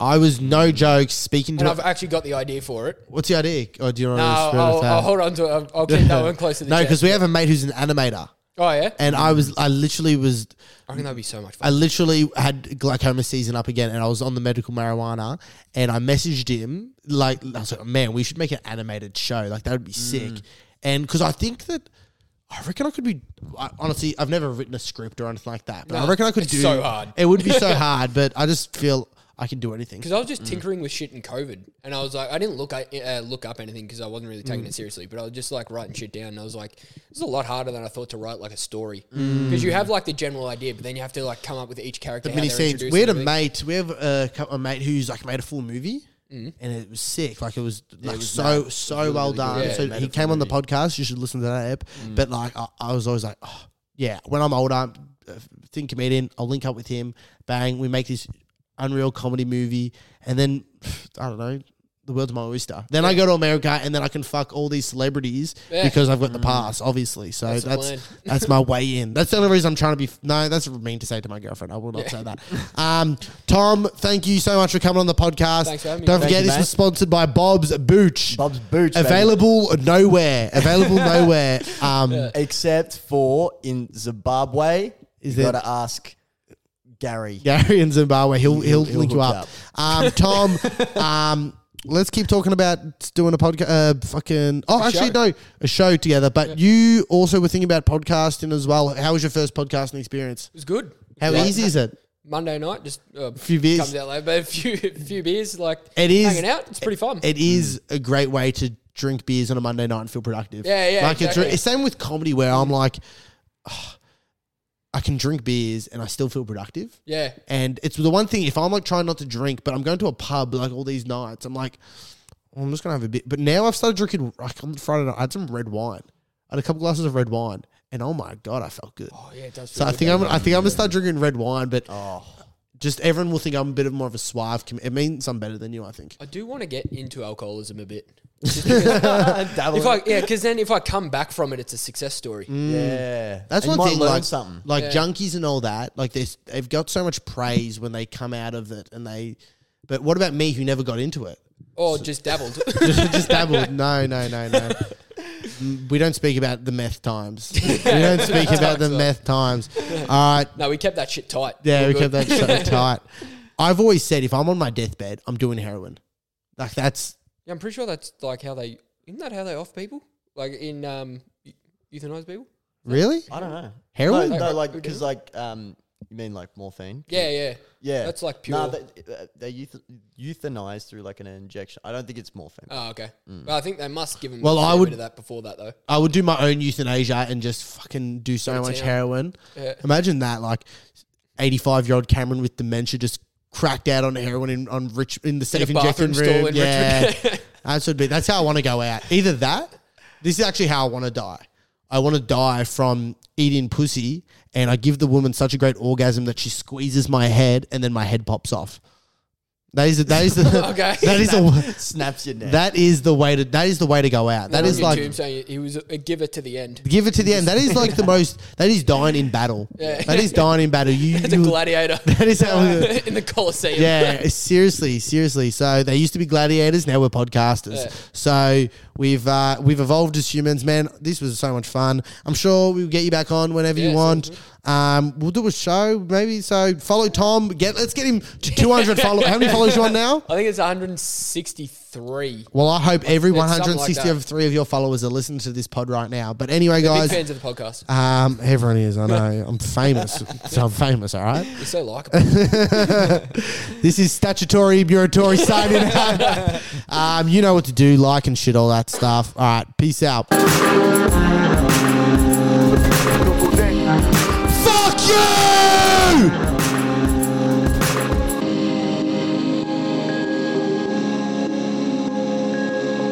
[SPEAKER 1] I was no joke speaking
[SPEAKER 2] And
[SPEAKER 1] to.
[SPEAKER 2] I've actually got the idea for it.
[SPEAKER 1] What's the idea? Or do you not know
[SPEAKER 2] No,
[SPEAKER 1] the
[SPEAKER 2] I'll,
[SPEAKER 1] spirit of
[SPEAKER 2] I'll,
[SPEAKER 1] that?
[SPEAKER 2] I'll hold on to it. I'll, I'll keep that one close to the
[SPEAKER 1] no,
[SPEAKER 2] chest.
[SPEAKER 1] because we have a mate who's an animator,
[SPEAKER 2] Oh, yeah?
[SPEAKER 1] and I was, I literally was,
[SPEAKER 2] I reckon that'd be so much
[SPEAKER 1] I
[SPEAKER 2] fun.
[SPEAKER 1] literally had glaucoma season up again, and I was on the medical marijuana, and I messaged him like, I was like, man, we should make an animated show, like that would be
[SPEAKER 2] Mm.
[SPEAKER 1] sick, and because I think that. I reckon I could be. I, honestly, I've never written a script or anything like that, but I
[SPEAKER 2] No,
[SPEAKER 1] reckon I could
[SPEAKER 2] it's
[SPEAKER 1] do.
[SPEAKER 2] so hard.
[SPEAKER 1] It would be so hard, but I just feel I can do anything.
[SPEAKER 2] Because I was just tinkering with shit in COVID, and I was like, I didn't look I- uh, look up anything because I wasn't really taking
[SPEAKER 1] Mm.
[SPEAKER 2] it seriously. But I was just like writing shit down, and I was like, this is a lot harder than I thought to write like a story because you have like the general idea, but then you have to like come up with each character.
[SPEAKER 1] Mm. the
[SPEAKER 2] how
[SPEAKER 1] mini
[SPEAKER 2] they're
[SPEAKER 1] scenes.
[SPEAKER 2] introduced
[SPEAKER 1] We had a
[SPEAKER 2] and
[SPEAKER 1] mate.
[SPEAKER 2] everything.
[SPEAKER 1] We have a couple of mate who's like made a full movie, and it was sick. Like it was like
[SPEAKER 3] was
[SPEAKER 1] so
[SPEAKER 3] mad. Mm-hmm. It was
[SPEAKER 1] so
[SPEAKER 3] really,
[SPEAKER 1] well
[SPEAKER 3] really good.
[SPEAKER 1] done.
[SPEAKER 2] Yeah,
[SPEAKER 1] so
[SPEAKER 3] made
[SPEAKER 1] he
[SPEAKER 3] a
[SPEAKER 1] came
[SPEAKER 3] full
[SPEAKER 1] on the
[SPEAKER 3] movie. Mm.
[SPEAKER 1] podcast. You should listen to that app. But like I, I was always like, oh, yeah. When I'm older, uh, think comedian. I'll link up with him. Bang, we make this unreal comedy movie, and then I don't know. The world's my oyster. Then I go to America, and then I can fuck all these celebrities
[SPEAKER 2] Yeah.
[SPEAKER 1] because I've
[SPEAKER 3] Mm.
[SPEAKER 1] got the pass, obviously. So
[SPEAKER 2] That's the
[SPEAKER 1] that's
[SPEAKER 2] plan.
[SPEAKER 1] that's my way in. That's the only reason I'm trying to be. No, that's mean to say to my girlfriend. I will not say that. Um, Tom, thank you so much for coming on the podcast.
[SPEAKER 2] Thanks for having me.
[SPEAKER 1] Don't
[SPEAKER 2] Thank
[SPEAKER 1] forget,
[SPEAKER 3] you,
[SPEAKER 1] this
[SPEAKER 3] mate.
[SPEAKER 1] was sponsored by Bob's Booch.
[SPEAKER 3] Bob's Boots. baby.
[SPEAKER 1] Available nowhere. Available nowhere. Um,
[SPEAKER 3] Except for in Zimbabwe.
[SPEAKER 1] Is
[SPEAKER 3] Is
[SPEAKER 1] there-
[SPEAKER 3] you got to ask Gary.
[SPEAKER 1] Gary in Zimbabwe. He'll he'll,
[SPEAKER 3] he'll
[SPEAKER 1] link you
[SPEAKER 3] hook
[SPEAKER 1] up. Um, Tom, um, let's keep talking about doing a podcast. Uh, fucking oh, actually
[SPEAKER 2] show.
[SPEAKER 1] no, a show together. But you also were thinking about podcasting as well. How was your first podcasting experience?
[SPEAKER 2] It was good.
[SPEAKER 1] How
[SPEAKER 2] Like,
[SPEAKER 1] easy is it?
[SPEAKER 2] Monday night, just a
[SPEAKER 1] few beers.
[SPEAKER 2] comes out later, but a few few beers, like
[SPEAKER 1] It is-
[SPEAKER 2] hanging out. It's pretty fun.
[SPEAKER 1] It is a great way to drink beers on a Monday night and feel productive.
[SPEAKER 2] Mm. Yeah, yeah,
[SPEAKER 1] Like it's
[SPEAKER 2] exactly.
[SPEAKER 1] it's same with comedy where I'm like, "Ah, I can drink beers and I still feel productive.
[SPEAKER 2] yeah,
[SPEAKER 1] And it's the one thing if I'm like trying not to drink, but I'm going to a pub like all these nights, I'm like, "Well, I'm just gonna have a bit. But now I've started drinking. Like on Friday night, I had some red wine. I had a couple glasses of red wine, and oh my god, I felt good.
[SPEAKER 2] oh yeah, it does.
[SPEAKER 1] so
[SPEAKER 2] feel
[SPEAKER 1] I
[SPEAKER 2] good.
[SPEAKER 1] think I'm I think I'm gonna start drinking red wine, but
[SPEAKER 3] Oh,
[SPEAKER 1] just everyone will think I'm a bit of more of a suave. Com- it means I'm better than you, I think.
[SPEAKER 2] I do want to get into alcoholism a bit.
[SPEAKER 1] Oh.
[SPEAKER 3] Dabble
[SPEAKER 2] If
[SPEAKER 3] in-
[SPEAKER 2] I yeah, because then if I come back from it, it's a success story.
[SPEAKER 1] Mm.
[SPEAKER 3] yeah.
[SPEAKER 1] That's one
[SPEAKER 3] And you might
[SPEAKER 1] thing.
[SPEAKER 3] Learn
[SPEAKER 1] like
[SPEAKER 3] something.
[SPEAKER 1] like
[SPEAKER 2] Yeah.
[SPEAKER 1] junkies and all that. Like they they've got so much praise when they come out of it, and they. But what about me who never got into it?
[SPEAKER 2] Or just dabbled.
[SPEAKER 1] Just dabbled. No, no, no, no. Mm, We don't speak about the meth times. We don't speak about the meth times. All right.
[SPEAKER 2] no, we kept that shit tight.
[SPEAKER 1] Yeah,
[SPEAKER 2] We're
[SPEAKER 1] we
[SPEAKER 2] good.
[SPEAKER 1] kept that so tight. I've always said if I'm on my deathbed, I'm doing heroin. Like that's
[SPEAKER 2] Yeah, I'm pretty sure that's like how they isn't that how they off people? Like in um eu- euthanize people?
[SPEAKER 1] Really?
[SPEAKER 3] I don't know.
[SPEAKER 1] Heroin?
[SPEAKER 3] No, no like because like um, you mean like morphine?
[SPEAKER 2] Yeah, yeah,
[SPEAKER 3] Yeah,
[SPEAKER 2] That's like pure.
[SPEAKER 3] Nah, they, uh, they euth- euthanized through like an injection. I don't think it's morphine.
[SPEAKER 2] oh, okay. Well, I think they must give him.
[SPEAKER 1] Mm. Well,
[SPEAKER 2] a
[SPEAKER 1] I
[SPEAKER 2] fair
[SPEAKER 1] would-
[SPEAKER 2] bit of that before that though.
[SPEAKER 1] I would do my own euthanasia and just fucking do so
[SPEAKER 2] That's
[SPEAKER 1] much
[SPEAKER 2] it.
[SPEAKER 1] heroin.
[SPEAKER 2] Yeah.
[SPEAKER 1] Imagine that, like eighty-five-year-old Cameron with dementia just cracked out on heroin in on rich in the safe
[SPEAKER 2] a
[SPEAKER 1] injection
[SPEAKER 2] bathroom stall
[SPEAKER 1] room.
[SPEAKER 2] in
[SPEAKER 1] yeah,
[SPEAKER 2] Richmond.
[SPEAKER 1] that should be. That's how I want to go out. Either that. This is actually how I want to die. I want to die from eating pussy, and I give the woman such a great orgasm that she squeezes my head, and then my head pops off. That is that is the
[SPEAKER 2] Okay.
[SPEAKER 1] that is the
[SPEAKER 3] Snaps your neck.
[SPEAKER 1] that is the way to that is the way to go out. That
[SPEAKER 2] On
[SPEAKER 1] is
[SPEAKER 2] your
[SPEAKER 1] like
[SPEAKER 2] tombstone, he was a giver to the end.
[SPEAKER 1] Give it to the end. That is like the most. That is dying in battle.
[SPEAKER 2] Yeah.
[SPEAKER 1] That is dying in battle. You.
[SPEAKER 2] That's a
[SPEAKER 1] you-
[SPEAKER 2] gladiator.
[SPEAKER 1] that is how.
[SPEAKER 2] in the Colosseum.
[SPEAKER 1] Oh, Yeah, seriously, seriously. So they used to be gladiators, now we're podcasters.
[SPEAKER 2] Yeah.
[SPEAKER 1] So we've uh, we've evolved as humans, man. This was so much fun. I'm sure we'll get you back on whenever
[SPEAKER 2] Yeah,
[SPEAKER 1] you
[SPEAKER 2] sounds
[SPEAKER 1] want. Um, we'll do a show maybe. So follow Tom. Get let's get him to 200 followers. How many followers you on now?
[SPEAKER 2] I think it's 163.
[SPEAKER 1] Well, I hope every
[SPEAKER 2] It's something like
[SPEAKER 1] 160
[SPEAKER 2] that.
[SPEAKER 1] of three of your followers are listening to this pod right now. But anyway,
[SPEAKER 2] Big
[SPEAKER 1] guys,
[SPEAKER 2] fans of the podcast.
[SPEAKER 1] Um, everyone is. I know. I'm famous. so I'm famous. All right.
[SPEAKER 2] You're so likable.
[SPEAKER 1] This is statutory, buratory signing out. Um, you know what to do. Like and shit, all that stuff. All right. Peace out. Fuck you.